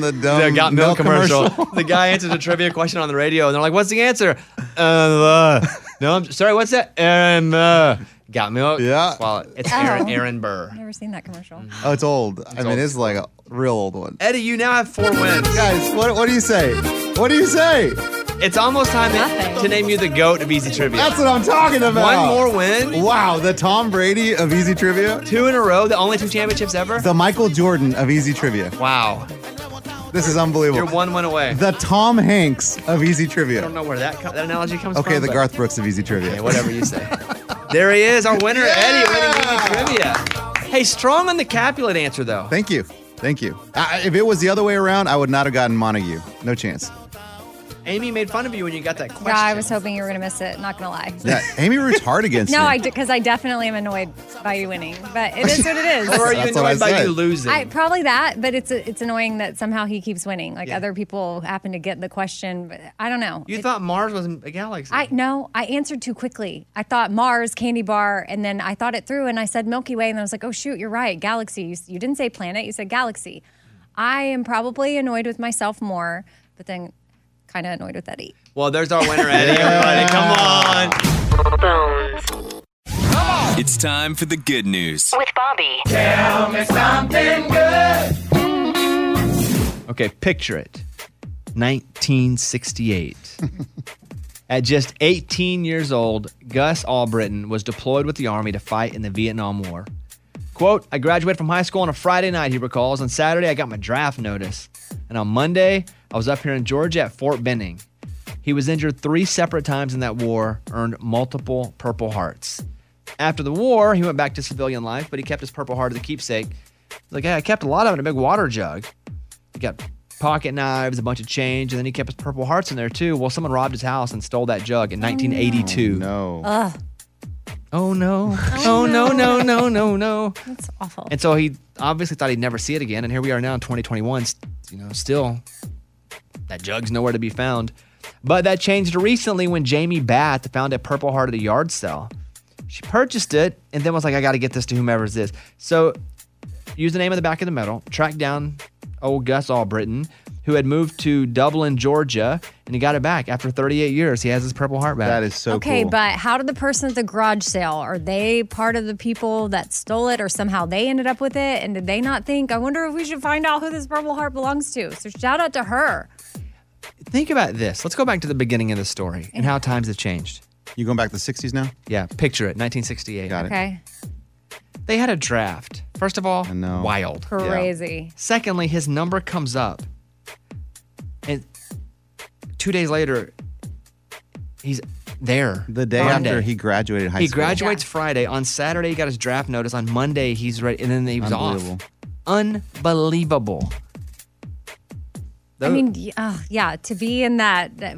Speaker 3: the dumb
Speaker 1: the got milk
Speaker 3: milk
Speaker 1: commercial.
Speaker 3: commercial.
Speaker 1: the guy answers a trivia question on the radio, and they're like, "What's the answer?" Uh, no, I'm sorry. What's that? Aaron uh, got milk. Yeah, swallow it. It's Aaron,
Speaker 2: Oh.
Speaker 1: Aaron Burr.
Speaker 2: Never seen that commercial.
Speaker 3: Oh, it's old. I mean, it's like a real old one.
Speaker 1: Eddie, you now have four wins.
Speaker 3: Guys, what, what do you say? What do you say?
Speaker 1: It's almost time to name you the goat of easy trivia.
Speaker 3: That's what I'm talking about.
Speaker 1: One more win.
Speaker 3: Wow, the Tom Brady of Easy Trivia.
Speaker 1: Two in a row, the only two championships ever.
Speaker 3: The Michael Jordan of Easy Trivia.
Speaker 1: Wow.
Speaker 3: This is unbelievable.
Speaker 1: You're one win away.
Speaker 3: The Tom Hanks of Easy
Speaker 1: I don't
Speaker 3: Trivia.
Speaker 1: know where that co- that analogy comes from.
Speaker 3: Okay, the
Speaker 1: but-
Speaker 3: Garth Brooks of Easy Trivia.
Speaker 1: whatever you say. There he is, our winner, Eddie, winning the trivia. Hey, strong on the Capulet answer though.
Speaker 3: Thank you. Thank you. I, if it was the other way around, I would not have gotten Montague. No chance.
Speaker 1: Amy made fun of you when you got that question.
Speaker 2: Yeah, I was hoping you were gonna miss it. Not gonna lie.
Speaker 3: Yeah, Amy roots hard against
Speaker 2: No,
Speaker 3: me.
Speaker 2: I because I definitely am annoyed by you winning, but it is what it is.
Speaker 3: Or are you That's what I annoyed by said. you losing?
Speaker 2: I, probably that, but it's it's annoying that somehow he keeps winning. Like other people happen to get the question, but I don't know.
Speaker 1: You thought Mars was a galaxy.
Speaker 2: I no, I answered too quickly. I thought Mars candy bar, and then I thought it through, and I said Milky Way, and I was like, oh shoot, you're right, galaxy. You, s- you didn't say planet, you said galaxy. I am probably annoyed with myself more, but then kind of annoyed with Eddie.
Speaker 1: Well, there's our winner, Eddie. Everybody, come on.
Speaker 8: It's time for the good news.
Speaker 17: With Bobby. Tell me something good.
Speaker 1: Okay, picture it. 1968. At just 18 years old, Gus Albritton was deployed with the Army to fight in the Vietnam War. Quote, I graduated from high school on a Friday night, he recalls. On Saturday, I got my draft notice. And on Monday, I was up here in Georgia at Fort Benning. He was injured three separate times in that war, earned multiple Purple Hearts. After the war, he went back to civilian life, but he kept his Purple Heart as a keepsake. Like, "Hey, I kept a lot of it in a big water jug. He got pocket knives, a bunch of change, and then he kept his Purple Hearts in there too. Well, someone robbed his house and stole that jug in 1982.
Speaker 3: no.
Speaker 2: Ugh.
Speaker 1: Oh no. Oh, no, no, no, no, no.
Speaker 2: That's awful.
Speaker 1: And so he obviously thought he'd never see it again. And here we are now in 2021, s- you know, still that jug's nowhere to be found. But that changed recently when Jamie Bath found a Purple Heart at a yard sale. She purchased it and then was like, I got to get this to whomever's this. So use the name of the back of the medal, tracked down old Gus Albritton, who had moved to Dublin, Georgia, and he got it back. After 38 years, he has his Purple Heart back. That
Speaker 3: is so
Speaker 2: okay, but how did the person at the garage sale are they part of the people that stole it, or somehow they ended up with it? And did they not think? I wonder if we should find out who this Purple Heart belongs to. So shout out to her.
Speaker 1: Think about this. Let's go back to the beginning of the story and how times have changed.
Speaker 3: You going back to the 60s now?
Speaker 1: Yeah, picture it, 1968. Got
Speaker 2: Okay,
Speaker 1: They had a draft. First of all, wild.
Speaker 2: crazy.
Speaker 1: Secondly, his number comes up. And two days later, he's there.
Speaker 3: The day
Speaker 1: Monday.
Speaker 3: after he graduated high
Speaker 1: he
Speaker 3: school.
Speaker 1: graduates Friday. On Saturday, he got his draft notice. On Monday, he's ready. And then he was
Speaker 3: Unbelievable.
Speaker 1: off. Unbelievable.
Speaker 2: I mean, y- ugh, yeah, to be in that. that-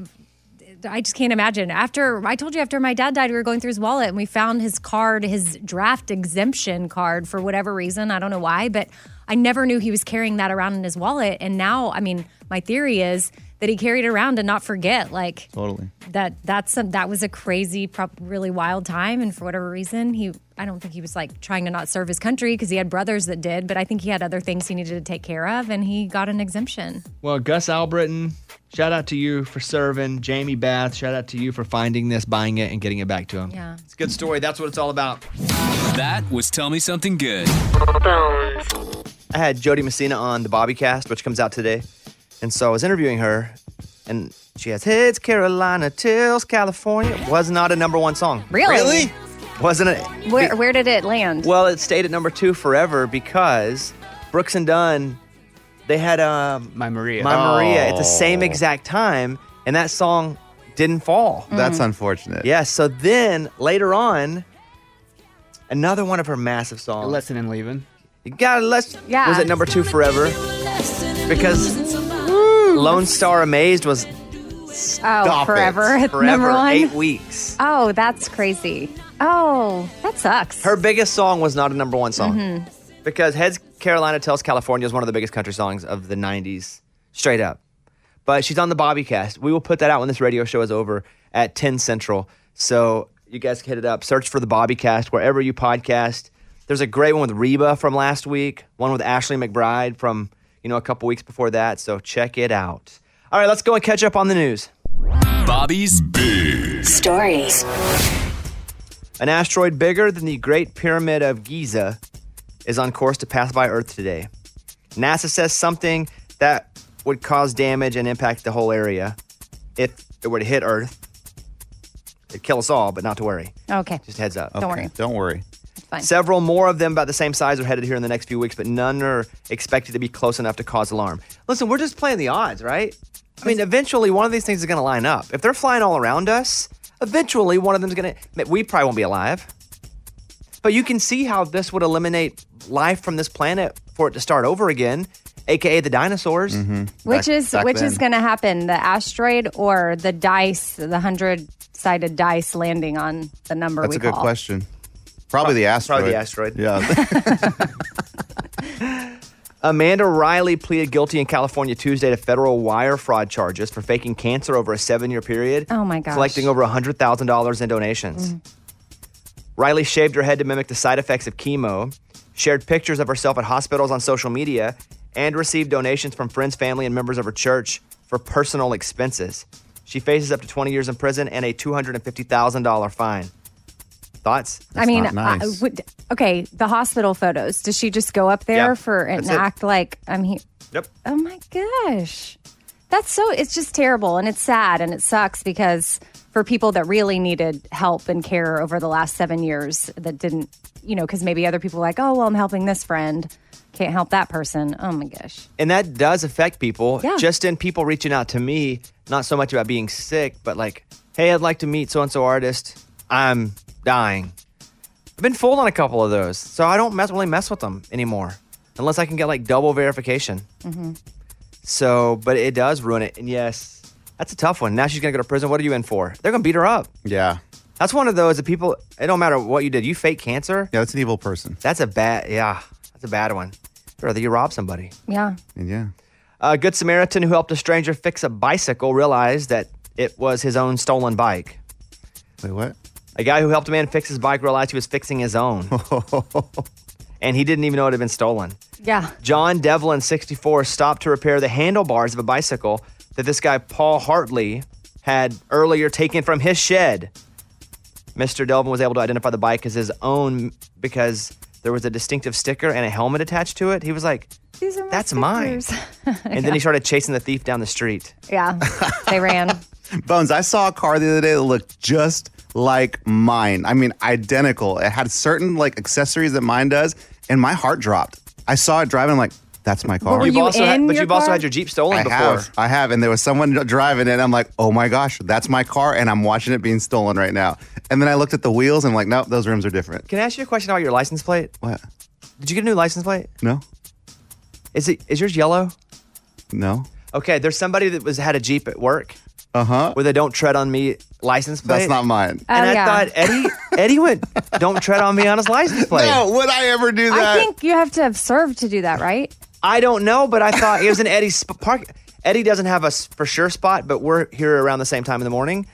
Speaker 2: I just can't imagine. After I told you, after my dad died, we were going through his wallet and we found his card, his draft exemption card for whatever reason. I don't know why, but I never knew he was carrying that around in his wallet. And now, I mean, my theory is that he carried around and not forget. Like
Speaker 3: Totally.
Speaker 2: that that's some that was a crazy prob- really wild time and for whatever reason he i don't think he was like trying to not serve his country because he had brothers that did but i think he had other things he needed to take care of and he got an exemption
Speaker 19: Well, Gus Albritton, shout out to you for serving. Jamie Bath, shout out to you for finding this, buying it, and getting it back to him.
Speaker 2: yeah
Speaker 19: It's a good story. That's what it's all about.
Speaker 8: That was Tell Me Something Good.
Speaker 1: I had Jody Messina on the Bobbycast, which comes out today. And so I was interviewing her, and she has Hits Carolina Tills California. Was not a number one song.
Speaker 2: Really? Really?
Speaker 1: Wasn't it?
Speaker 2: where where did it land
Speaker 1: Well, it stayed at number two forever because Brooks and Dunn, they had um, My Maria. My Maria at the same
Speaker 3: Oh.
Speaker 1: exact time, and that song didn't fall.
Speaker 3: That's
Speaker 2: Mm-hmm.
Speaker 3: unfortunate.
Speaker 1: Yeah, so then later on, another one of her massive songs. Lesson in Leaving. You got less.
Speaker 2: Yeah.
Speaker 1: Was at number two forever because Lone Star Amazed was
Speaker 2: oh
Speaker 1: stop it,
Speaker 2: forever at
Speaker 1: forever,
Speaker 2: number one
Speaker 1: eight weeks.
Speaker 2: oh that's crazy oh that sucks
Speaker 1: Her biggest song was not a number one song
Speaker 2: Mhm.
Speaker 1: because Heads Carolina Tells California is one of the biggest country songs of the 90s, straight up. But she's on the Bobbycast. We will put that out when this radio show is over at 10 Central. So you guys can hit it up. Search for the Bobbycast wherever you podcast. There's a great one with Reba from last week, one with Ashley McBride from, you know, a couple weeks before that. So check it out. All right, let's go and catch up on the news.
Speaker 8: Bobby's Big
Speaker 20: Stories.
Speaker 1: An asteroid bigger than the Great Pyramid of Giza is on course to pass by Earth today. NASA says something that would cause damage and impact the whole area if it were to hit Earth. It'd kill us all, but not to worry.
Speaker 2: okay
Speaker 1: Just heads up.
Speaker 2: Don't Okay, worry.
Speaker 1: Don't worry.
Speaker 2: fine.
Speaker 1: Several more of them about the same size are headed here in the next few weeks, but none are expected to be close enough to cause alarm. Listen, we're just playing the odds, right? I mean, eventually one of these things is going to line up. If they're flying all around us, eventually one of them's going to. We probably won't be alive. But you can see how this would eliminate life from this planet for it to start over again, aka the dinosaurs.
Speaker 3: Mm-hmm.
Speaker 2: which is which is going to happen the asteroid or the dice the hundred sided dice landing on the number
Speaker 3: That's
Speaker 2: we
Speaker 3: a good
Speaker 2: call
Speaker 3: question. Probably the asteroid.
Speaker 1: probably the asteroid.
Speaker 3: Yeah.
Speaker 1: Amanda Riley pleaded guilty in California Tuesday to federal wire fraud charges for faking cancer over a seven year period.
Speaker 2: Oh my gosh. Mm.
Speaker 1: Collecting over $100,000 in donations. Riley shaved her head to mimic the side effects of chemo, shared pictures of herself at hospitals on social media, and received donations from friends, family, and members of her church for personal expenses. She faces up to 20 years in prison and a $250,000 fine. Thoughts?
Speaker 2: I mean, I would, okay, the hospital photos. Does she just go up there
Speaker 1: Yeah,
Speaker 2: for and
Speaker 1: that's it.
Speaker 2: act like I'm here?
Speaker 1: Yep.
Speaker 2: Oh my gosh. That's so, it's just terrible and it's sad and it sucks because for people that really needed help and care over the last seven years that didn't, you know, because maybe other people were like, oh, well, I'm helping this friend, can't help that person. Oh my gosh.
Speaker 1: And that does affect people.
Speaker 2: Yeah.
Speaker 1: Just in people reaching out to me, not so much about being sick, but like, hey, I'd like to meet so and so artist. I'm dying. I've been fooled on a couple of those, so I don't mess, really mess with them anymore, unless I can get like double verification.
Speaker 2: Mm-hmm.
Speaker 1: So, but it does ruin it. And yes, that's a tough one. Now she's gonna go to prison. What are you in for? They're gonna beat her up.
Speaker 3: yeah.
Speaker 1: That's one of those that people. It don't matter what you did. You fake cancer.
Speaker 3: Yeah, that's an evil person.
Speaker 1: That's a bad. Yeah, that's a bad one. Brother, you rob somebody.
Speaker 2: Yeah.
Speaker 3: Yeah.
Speaker 1: A good Samaritan who helped a stranger fix a bicycle realized that it was his own stolen bike.
Speaker 3: Wait, what?
Speaker 1: A guy who helped a man fix his bike realized he was fixing his own. and he didn't even know it had been stolen.
Speaker 2: Yeah.
Speaker 1: John Devlin, 64, stopped to repair the handlebars of a bicycle that this guy, Paul Hartley, had earlier taken from his shed. Mr. Delvin was able to identify the bike as his own because there was a distinctive sticker and a helmet attached to it. He was like,
Speaker 2: These are my
Speaker 1: That's mine.
Speaker 2: stickers.
Speaker 1: and then he started chasing the thief down the street.
Speaker 2: yeah. They ran.
Speaker 3: Bones, I saw a car the other day that looked just like mine. I mean, identical. It had certain like accessories that mine does, and my heart dropped. I saw it driving. I'm like, that's my car.
Speaker 1: But you've also had, but you've also had your Jeep stolen
Speaker 3: I
Speaker 1: before.
Speaker 3: have, I have, and there was someone driving it. and I'm like, oh my gosh, that's my car, and I'm watching it being stolen right now. And then I looked at the wheels, and I'm like, nope, those rims are different.
Speaker 1: Can I ask you a question about your license plate?
Speaker 3: What?
Speaker 1: Did you get a new license plate?
Speaker 3: No,
Speaker 1: Is it is yours yellow?
Speaker 3: no.
Speaker 1: Okay, there's somebody that was had a Jeep at work.
Speaker 3: Uh huh.
Speaker 1: Where they don't tread on me license plate.
Speaker 3: That's not mine.
Speaker 1: And
Speaker 2: Oh,
Speaker 1: I
Speaker 2: yeah.
Speaker 1: thought Eddie Eddie went, don't tread on me on his license plate.
Speaker 3: No, would I ever do
Speaker 2: I think you have to have served to do that, right?
Speaker 1: I don't know, but I thought it was an Eddie's sp- park. Eddie doesn't have a s- for sure spot, but we're here around the same time in the morning,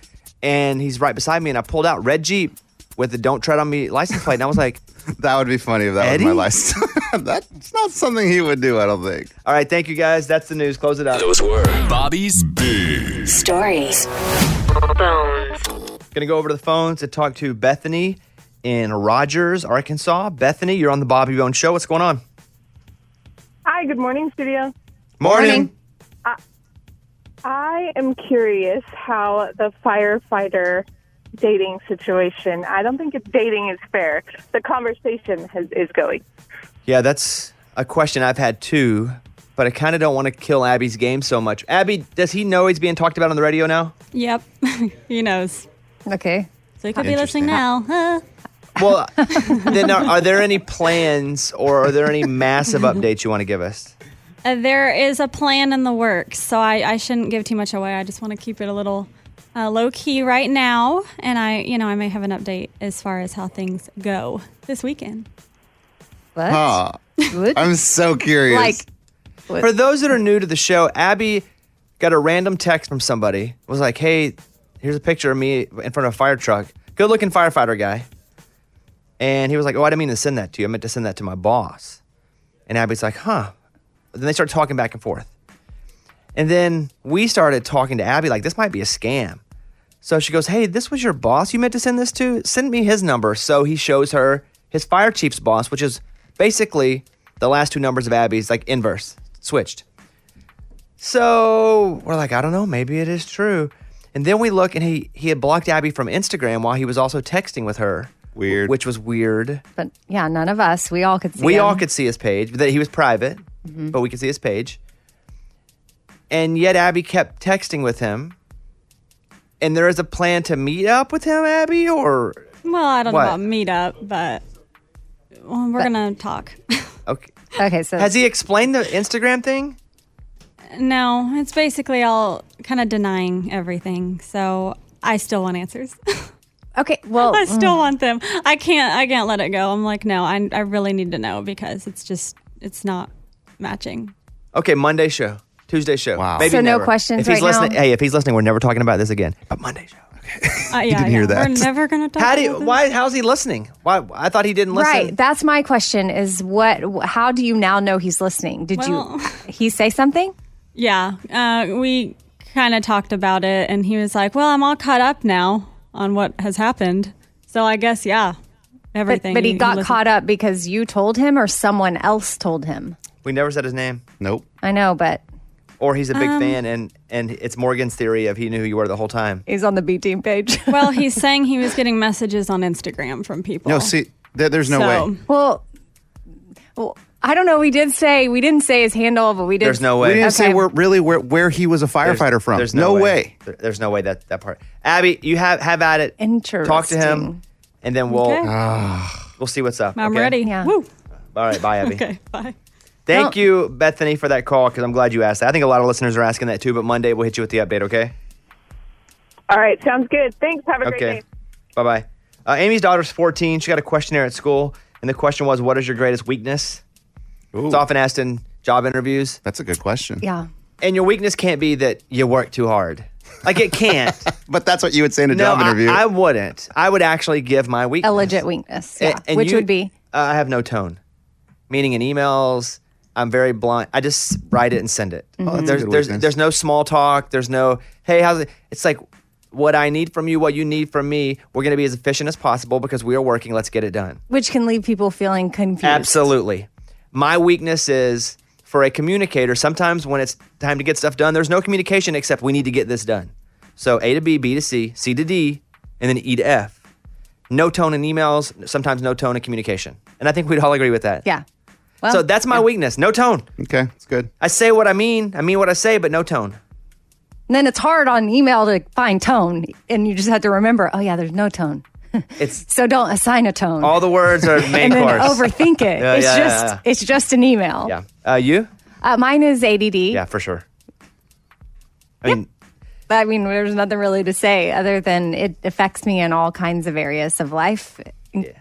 Speaker 1: and he's right beside me, and I pulled out red Jeep with the "Don't Tread on Me" license plate, and I was like,
Speaker 3: "That would be funny if that
Speaker 1: Eddie?
Speaker 3: was my license." That's not something he would do, I don't think.
Speaker 1: All right, thank you guys. That's the news. Close it up. Those were Bobby's big
Speaker 21: Stories.
Speaker 1: Gonna go over to the phones and talk to Bethany in Rogers, Arkansas. Bethany, you're on the Bobby Bone Show. What's going on?
Speaker 22: Hi, good morning, studio.
Speaker 1: Morning.
Speaker 22: I am curious how the firefighter dating situation, I don't think it's dating is fair. The conversation has, is going.
Speaker 1: Yeah, that's a question I've had too, but I kind of don't want to kill Abby's game so much. Abby, does he know he's being talked about on the radio now?
Speaker 23: Yep. he knows.
Speaker 2: Okay.
Speaker 23: So he could be listening now. huh?
Speaker 1: Well, then are, are there any plans or are there any massive updates you want to give us?
Speaker 23: Uh, there is a plan in the works, so I, I shouldn't give too much away. I just want to keep it a little uh, low key right now, and I, you know, I may have an update as far as how things go this weekend.
Speaker 2: What?
Speaker 3: Huh. I'm so curious.
Speaker 2: Like-
Speaker 1: for those that are new to the show, Abby got a random text from somebody. It was like, "Hey, here's a picture of me in front of a fire truck. Good looking firefighter guy." And he was like, "Oh, I didn't mean to send that to you. I meant to send that to my boss." And Abby's like, "Huh." Then they start talking back and forth. And then we started talking to Abby like, "This might be a scam." So she goes, Hey, this was your boss you meant to send this to? Send me his number. So he shows her his fire chief's boss, which is basically the last two numbers of Abby's, like inverse, switched. So we're like, I don't know, maybe it is true. And then we look and he he had blocked Abby from Instagram while he was also texting with her. Weird. Which was weird.
Speaker 2: But yeah, none of us. We all could see.
Speaker 1: we
Speaker 2: him.
Speaker 1: all could see his page. That he was private,
Speaker 23: Mm-hmm.
Speaker 2: Mhm.
Speaker 1: but we could see his page. And yet Abby kept texting with him. And there is a plan to meet up with him, Abby, or
Speaker 23: Well, I don't
Speaker 1: What?
Speaker 23: know about meetup, but well, we're
Speaker 1: But-
Speaker 23: gonna talk.
Speaker 1: okay.
Speaker 2: Okay, so
Speaker 1: Has he explained the Instagram thing?
Speaker 23: No, it's basically all kind of denying everything. So I still want answers.
Speaker 2: okay, well,
Speaker 23: I still
Speaker 2: mm.
Speaker 23: want them. I can't. I can't let it go. I'm like, no, I, I really need to know because it's just it's not matching.
Speaker 1: Okay, Monday show, Tuesday show. Wow.
Speaker 23: So no questions
Speaker 1: If he's
Speaker 23: right
Speaker 1: listening,
Speaker 23: now?
Speaker 1: hey, if he's listening, we're never talking about this again. But Monday show.
Speaker 23: Uh, yeah,
Speaker 1: didn't hear
Speaker 23: yeah.
Speaker 1: that.
Speaker 23: We're never gonna talk.
Speaker 1: How do
Speaker 23: about
Speaker 1: you,
Speaker 23: this.
Speaker 1: why? How's he listening? Why? I thought he didn't listen.
Speaker 2: Right. That's my question is what wh- how do you now know he's listening? Did
Speaker 23: Well-
Speaker 2: you he say something?
Speaker 23: Yeah, uh, we kind of talked about it, and he was like, "Well, I'm all caught up now on what has happened." So I guess yeah, everything.
Speaker 2: But, but he got
Speaker 23: listened-
Speaker 2: caught up because you told him or someone else told him.
Speaker 1: We never said his name.
Speaker 3: Nope.
Speaker 2: I know, but
Speaker 1: Or he's a big
Speaker 23: Um,
Speaker 1: fan, and and it's Morgan's theory of he knew who you were the whole time.
Speaker 2: he's on the B team page.
Speaker 23: well, he's saying he was getting messages on Instagram from people.
Speaker 3: No, see, there, there's no
Speaker 23: So-
Speaker 3: way.
Speaker 2: Well, well, I don't know. We did say we didn't say his handle, but we did.
Speaker 3: We didn't say
Speaker 2: Okay.
Speaker 3: where, really where, where he was a firefighter from.
Speaker 1: There's no, way. There- there's no way that that part. Abby, you have have at it. Talk to him, and then we'll Ah.
Speaker 23: Okay.
Speaker 1: we'll see what's up.
Speaker 23: I'm
Speaker 1: okay?
Speaker 23: ready. Woo.
Speaker 1: All right, bye, Abby.
Speaker 23: Okay, bye.
Speaker 1: Thank you, Bethany, for that call because I'm glad you asked that. I think a lot of listeners are asking that too, but Monday we'll hit you with the update, okay?
Speaker 22: All right, sounds good. Thanks. Have a great
Speaker 1: okay.
Speaker 22: day.
Speaker 1: Bye bye. Uh, Amy's daughter's 14. She got a questionnaire at school, and the question was, What is your greatest weakness? It's often asked in job interviews.
Speaker 3: That's a good question.
Speaker 2: Yeah.
Speaker 1: And your weakness can't be that you work too hard. Like it can't.
Speaker 3: but that's what you would say in a
Speaker 1: no,
Speaker 3: job
Speaker 1: I-
Speaker 3: interview.
Speaker 1: I, wouldn't. I would actually give my weakness.
Speaker 2: a legit weakness, yeah,
Speaker 1: A- and
Speaker 2: which
Speaker 1: you-
Speaker 2: would be
Speaker 1: Uh, I have no tone. Meaning in emails, I'm very blunt. I just write it and send it.
Speaker 2: Oh, that's a
Speaker 1: there's
Speaker 2: good
Speaker 1: there's
Speaker 2: weakness.
Speaker 1: there's no small talk. There's no hey, how's it? It's like what I need from you, what you need from me. We're gonna be as efficient as possible because we are working. Let's get it done.
Speaker 2: which can leave people feeling confused.
Speaker 1: Absolutely. My weakness is for a communicator. Sometimes when it's time to get stuff done, there's no communication except we need to get this done. So A to B, B to C, C to D, and then E to F. No tone in emails. Sometimes no tone in communication. And I think we'd all agree with that.
Speaker 2: Yeah.
Speaker 1: so that's my weakness. No tone.
Speaker 3: Okay, it's good.
Speaker 1: I say what I mean. I mean what I say, but no tone.
Speaker 2: And then it's hard on email to find tone, and you just have to remember, oh yeah, there's no tone.
Speaker 1: It's
Speaker 2: So don't assign a tone.
Speaker 1: all the words are main
Speaker 2: and then
Speaker 1: course.
Speaker 2: overthink it.
Speaker 1: Yeah,
Speaker 2: it's
Speaker 1: yeah,
Speaker 2: just
Speaker 1: yeah,
Speaker 2: it's just an email. Yeah.
Speaker 1: yeah. Uh, you?
Speaker 2: Uh, mine is ADD.
Speaker 1: Yeah, for sure. I mean,
Speaker 2: I mean, there's nothing really to say other than it affects me in all kinds of areas of life. It's-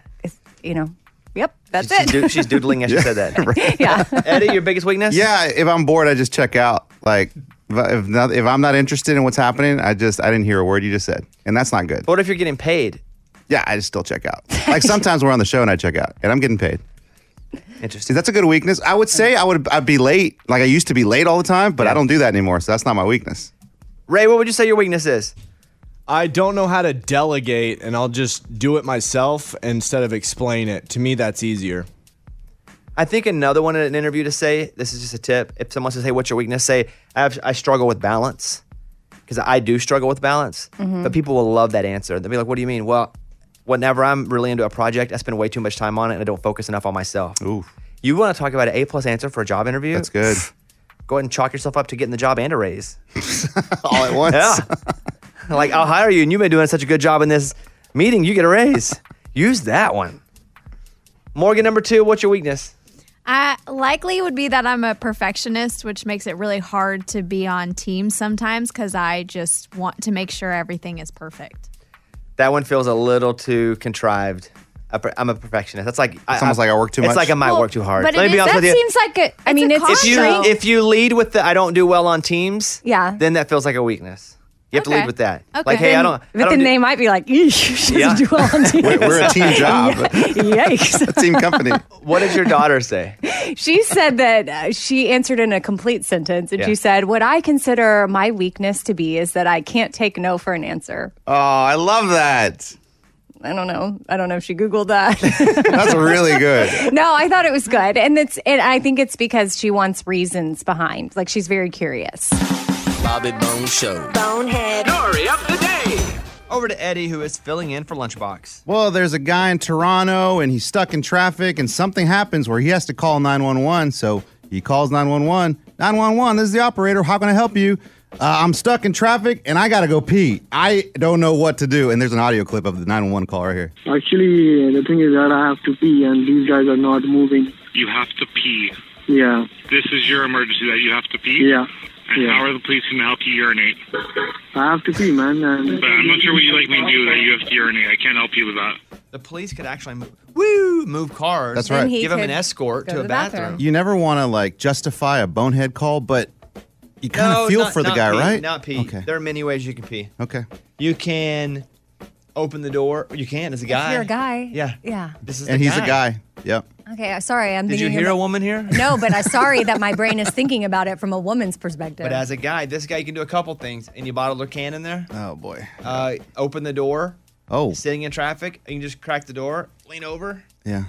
Speaker 2: You know, Yep, that's
Speaker 1: She's,
Speaker 2: it.
Speaker 1: do- she's doodling as she said that.
Speaker 2: yeah.
Speaker 1: Eddie, your biggest weakness?
Speaker 3: Yeah, if I'm bored, I just check out. Like, if, I- if, not, if I'm not interested in what's happening, I just, I didn't hear a word you just said. And that's not good.
Speaker 1: What if you're getting paid?
Speaker 3: Yeah, I just still check out. Like, sometimes we're on the show and I check out and I'm getting paid.
Speaker 1: Interesting.
Speaker 3: That's a good weakness. I would say I would, I'd be late. Like, I used to be late all the time, but I don't do that anymore. So that's not my weakness.
Speaker 1: Ray, what would you say your weakness is?
Speaker 18: I don't know how to delegate, and I'll just do it myself instead of explain it. To me, that's easier.
Speaker 1: I think another one in an interview to say this is just a tip. If someone says, "Hey, what's your weakness?" Say, "I, have, I struggle with balance," because I do struggle with balance.
Speaker 16: Mhm.
Speaker 1: But people will love that answer. They'll be like, "What do you mean?" Well, whenever I'm really into a project, I spend way too much time on it and I don't focus enough on myself.
Speaker 3: Ooh.
Speaker 1: You want to talk about an A plus answer for a job interview? That's
Speaker 3: good.
Speaker 1: Go ahead and chalk yourself up to getting the job and a raise
Speaker 3: all at once.
Speaker 1: Yeah. like I'll hire you, and you've been doing such a good job in this meeting, you get a raise. Use that one. Morgan, number two, what's your weakness?
Speaker 6: I likely would be that I'm a perfectionist, which makes it really hard to be on teams sometimes because I just want to make sure everything is perfect.
Speaker 1: That one feels a little too contrived. A per- I'm a perfectionist. That's like I-
Speaker 3: It's almost
Speaker 1: I-
Speaker 3: like I work too
Speaker 1: it's
Speaker 3: much.
Speaker 1: like I might work too hard.
Speaker 2: But
Speaker 1: Let me
Speaker 2: it
Speaker 1: be
Speaker 2: is,
Speaker 1: honest
Speaker 2: that
Speaker 1: with you.
Speaker 2: seems like a. I mean, it's
Speaker 1: if you if you lead with the I don't do well on teams,
Speaker 2: Yeah.
Speaker 1: then that feels like a weakness. You have to
Speaker 2: Okay.
Speaker 1: lead with that. Like hey, I don't.
Speaker 2: But
Speaker 1: I don't
Speaker 2: then
Speaker 1: do-
Speaker 2: they might be like, "Eesh, "You should
Speaker 1: Yeah.
Speaker 2: do well on teams."
Speaker 1: We're- we're a team job.
Speaker 2: Yeah. Yikes!
Speaker 1: What did your daughter say?
Speaker 2: She said that uh, she answered in a complete sentence, and
Speaker 1: Yeah.
Speaker 2: she said, "What I consider my weakness to be is that I can't take no for an answer."
Speaker 3: Oh, I love that.
Speaker 2: I don't know. I don't know if she googled that.
Speaker 3: That's really good.
Speaker 2: no, I thought it was good, and it's. And I think it's because she wants reasons behind. Like she's very curious.
Speaker 24: Bobby Bone Show.
Speaker 2: Bonehead.
Speaker 24: Story of the day.
Speaker 1: Over to Eddie, who is filling in for Lunchbox.
Speaker 3: Well, there's a guy in Toronto and he's stuck in traffic and something happens where he has to call 911. So he calls 911. 911, this is the operator. How can I help you? Uh, I'm stuck in traffic and I got to go pee. I don't know what to do. And there's an audio clip of the 911 call right here.
Speaker 25: Actually, the thing is that I have to pee, and these guys are not moving.
Speaker 26: You have to pee.
Speaker 25: Yeah,
Speaker 26: This is your emergency that you have to pee?
Speaker 25: yeah.
Speaker 26: And
Speaker 25: Yeah.
Speaker 26: how are the police going to help you urinate?
Speaker 25: I have to pee, man. And
Speaker 26: But I'm not sure what you like me to do that you have to urinate. I can't help you with that.
Speaker 1: The police could actually move, woo, move cars.
Speaker 3: That's Then right. he
Speaker 1: Give him an
Speaker 3: could
Speaker 1: escort
Speaker 3: go
Speaker 1: to,
Speaker 3: to
Speaker 1: a
Speaker 3: the
Speaker 1: bathroom.
Speaker 3: You never want to like justify a bonehead call, but you kind of
Speaker 1: No,
Speaker 3: feel
Speaker 1: not-
Speaker 3: for the
Speaker 1: not
Speaker 3: guy,
Speaker 1: pee,
Speaker 3: right?
Speaker 1: Not pee.
Speaker 3: Okay.
Speaker 1: There are many ways you can pee.
Speaker 3: Okay.
Speaker 1: You can open the door. You can as a guy.
Speaker 2: If you're a guy.
Speaker 1: Yeah.
Speaker 2: Yeah.
Speaker 1: This is
Speaker 3: And
Speaker 1: the
Speaker 3: he's a guy. Yep.
Speaker 2: Okay. I- Sorry, I'm
Speaker 1: Did you
Speaker 2: thinking.
Speaker 1: hear
Speaker 2: about-
Speaker 1: a woman here?
Speaker 2: No, but I'm sorry that my brain is thinking about it from a woman's perspective.
Speaker 1: But as a guy, this guy can do a couple things. Any bottle or can in there?
Speaker 3: Oh boy.
Speaker 1: Uh, open the door.
Speaker 3: Oh.
Speaker 1: Sitting in traffic, you can just crack the door, lean over.
Speaker 3: Yeah.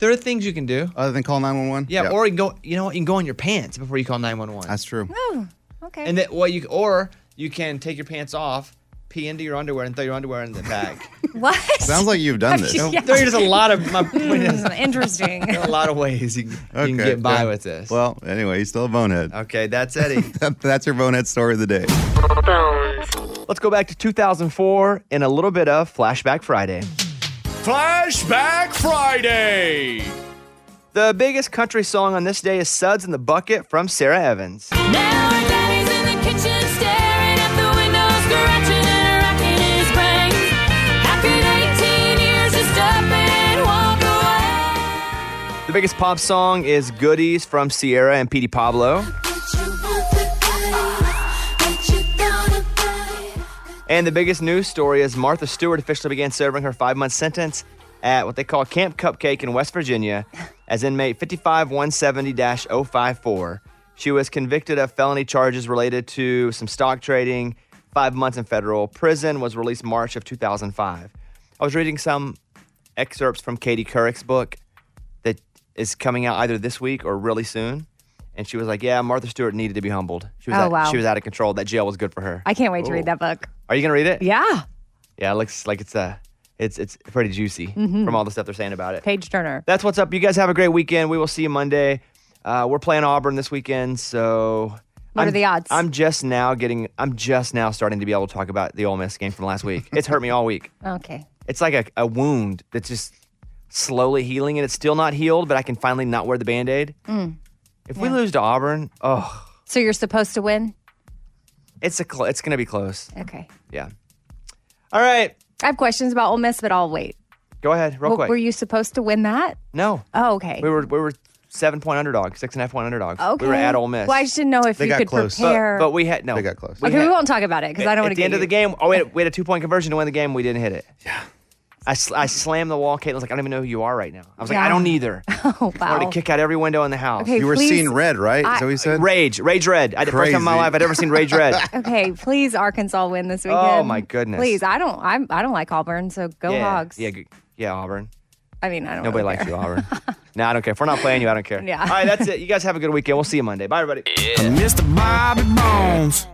Speaker 1: There are things you can do.
Speaker 3: Other than call 911?
Speaker 1: Yeah, or you can go. You know what? You can go in your pants before you call nine one one.
Speaker 3: That's true.
Speaker 2: oh, okay.
Speaker 1: And that well, you or you can take your pants off, pee into your underwear, and throw your underwear in the bag.
Speaker 2: what?
Speaker 3: Sounds like you've done this.
Speaker 2: Yeah.
Speaker 1: There's a lot of my point is
Speaker 2: Hmm, Interesting.
Speaker 1: a lot of ways you,
Speaker 3: Okay,
Speaker 1: you can get by
Speaker 3: yeah.
Speaker 1: with this.
Speaker 3: Well, anyway, he's still a bonehead.
Speaker 1: Okay, that's Eddie.
Speaker 3: that's your bonehead story of the day.
Speaker 1: Let's go back to 2004 and a little bit of Flashback Friday.
Speaker 27: Flashback Friday.
Speaker 1: The biggest country song on this day is Suds in the Bucket from Sarah Evans.
Speaker 17: Daddy's in the kitchen staring at the window, scratching and racking his brains. How could 18 years just up and walk away?
Speaker 1: The biggest pop song is Goodies from Sierra and Petey Pablo. And the biggest news story is Martha Stewart officially began serving her five month sentence at what they call Camp Cupcake in West Virginia as inmate 55170 054. She was convicted of felony charges related to some stock trading, five months in federal prison, was released March of 2005. I was reading some excerpts from Katie Couric's book that is coming out either this week or really soon. And she was like, Yeah, Martha Stewart needed to be humbled. She was,
Speaker 2: Oh,
Speaker 1: out,
Speaker 2: wow.
Speaker 1: she was out of control. That jail was good for her.
Speaker 2: I can't wait to
Speaker 1: Ooh.
Speaker 2: read that book.
Speaker 1: Are you gonna read it?
Speaker 2: Yeah.
Speaker 1: Yeah, it looks like it's uh it's it's pretty juicy
Speaker 2: Mhm.
Speaker 1: from all the stuff they're saying about it.
Speaker 2: Page Turner.
Speaker 1: That's what's up. You guys have a great weekend. We will see you Monday. Uh, we're playing Auburn this weekend, so
Speaker 2: What are
Speaker 1: I'm,
Speaker 2: the odds?
Speaker 1: I'm just now getting. I'm just now starting to be able to talk about the Ole Miss game from last week. it's hurt me all week.
Speaker 2: Okay.
Speaker 1: It's like a, a wound that's just slowly healing, and it's still not healed. But I can finally not wear the band aid.
Speaker 2: Mm.
Speaker 1: If we lose to Auburn, oh,
Speaker 2: So you're supposed to win?
Speaker 1: it's a cl- it's gonna be close.
Speaker 2: Okay.
Speaker 1: Yeah. All right.
Speaker 2: I have questions about Ole Miss, but I'll wait.
Speaker 1: Go ahead, real
Speaker 2: W-
Speaker 1: quick.
Speaker 2: Were you supposed to win that?
Speaker 1: No.
Speaker 2: Oh, okay.
Speaker 1: We were we were seven point underdog, six and a half point underdogs.
Speaker 2: Okay.
Speaker 1: We were at Ole Miss.
Speaker 2: Well, I just didn't know if They you got could close.
Speaker 1: But-
Speaker 2: prepare.
Speaker 1: But, we had no. They got close.
Speaker 2: okay, we won't talk about it because I don't want
Speaker 1: At
Speaker 2: to
Speaker 1: the
Speaker 2: get
Speaker 1: end of
Speaker 2: you-
Speaker 1: the game, oh, we had, we had a two point conversion to win the game. We didn't hit it. Yeah. I, sl- I slammed the wall. Caitlin's like, I don't even know who you are right now. I was like,
Speaker 2: Yeah.
Speaker 1: I don't either.
Speaker 2: Oh
Speaker 1: I wanted
Speaker 2: wow.
Speaker 1: to kick out every window in the house.
Speaker 2: Okay, You were please- seeing
Speaker 1: red, right?
Speaker 2: I- Is that what
Speaker 1: you said? Rage, rage red. I, the first time in my
Speaker 28: Crazy.
Speaker 1: life I'd ever seen rage red.
Speaker 2: okay, please Arkansas win this weekend.
Speaker 1: Oh, my goodness.
Speaker 2: Please, I don't. I'm. I don't like Auburn, so go
Speaker 1: yeah.
Speaker 2: Hogs.
Speaker 1: Yeah, g- yeah, Auburn.
Speaker 2: I mean, I don't.
Speaker 1: Nobody likes you, Auburn. no, I don't care. If we're not playing you, I don't care.
Speaker 2: Yeah.
Speaker 1: All right, that's it. You guys have a good weekend. We'll see you Monday. Bye, everybody.
Speaker 29: Mr. Bobby Bones.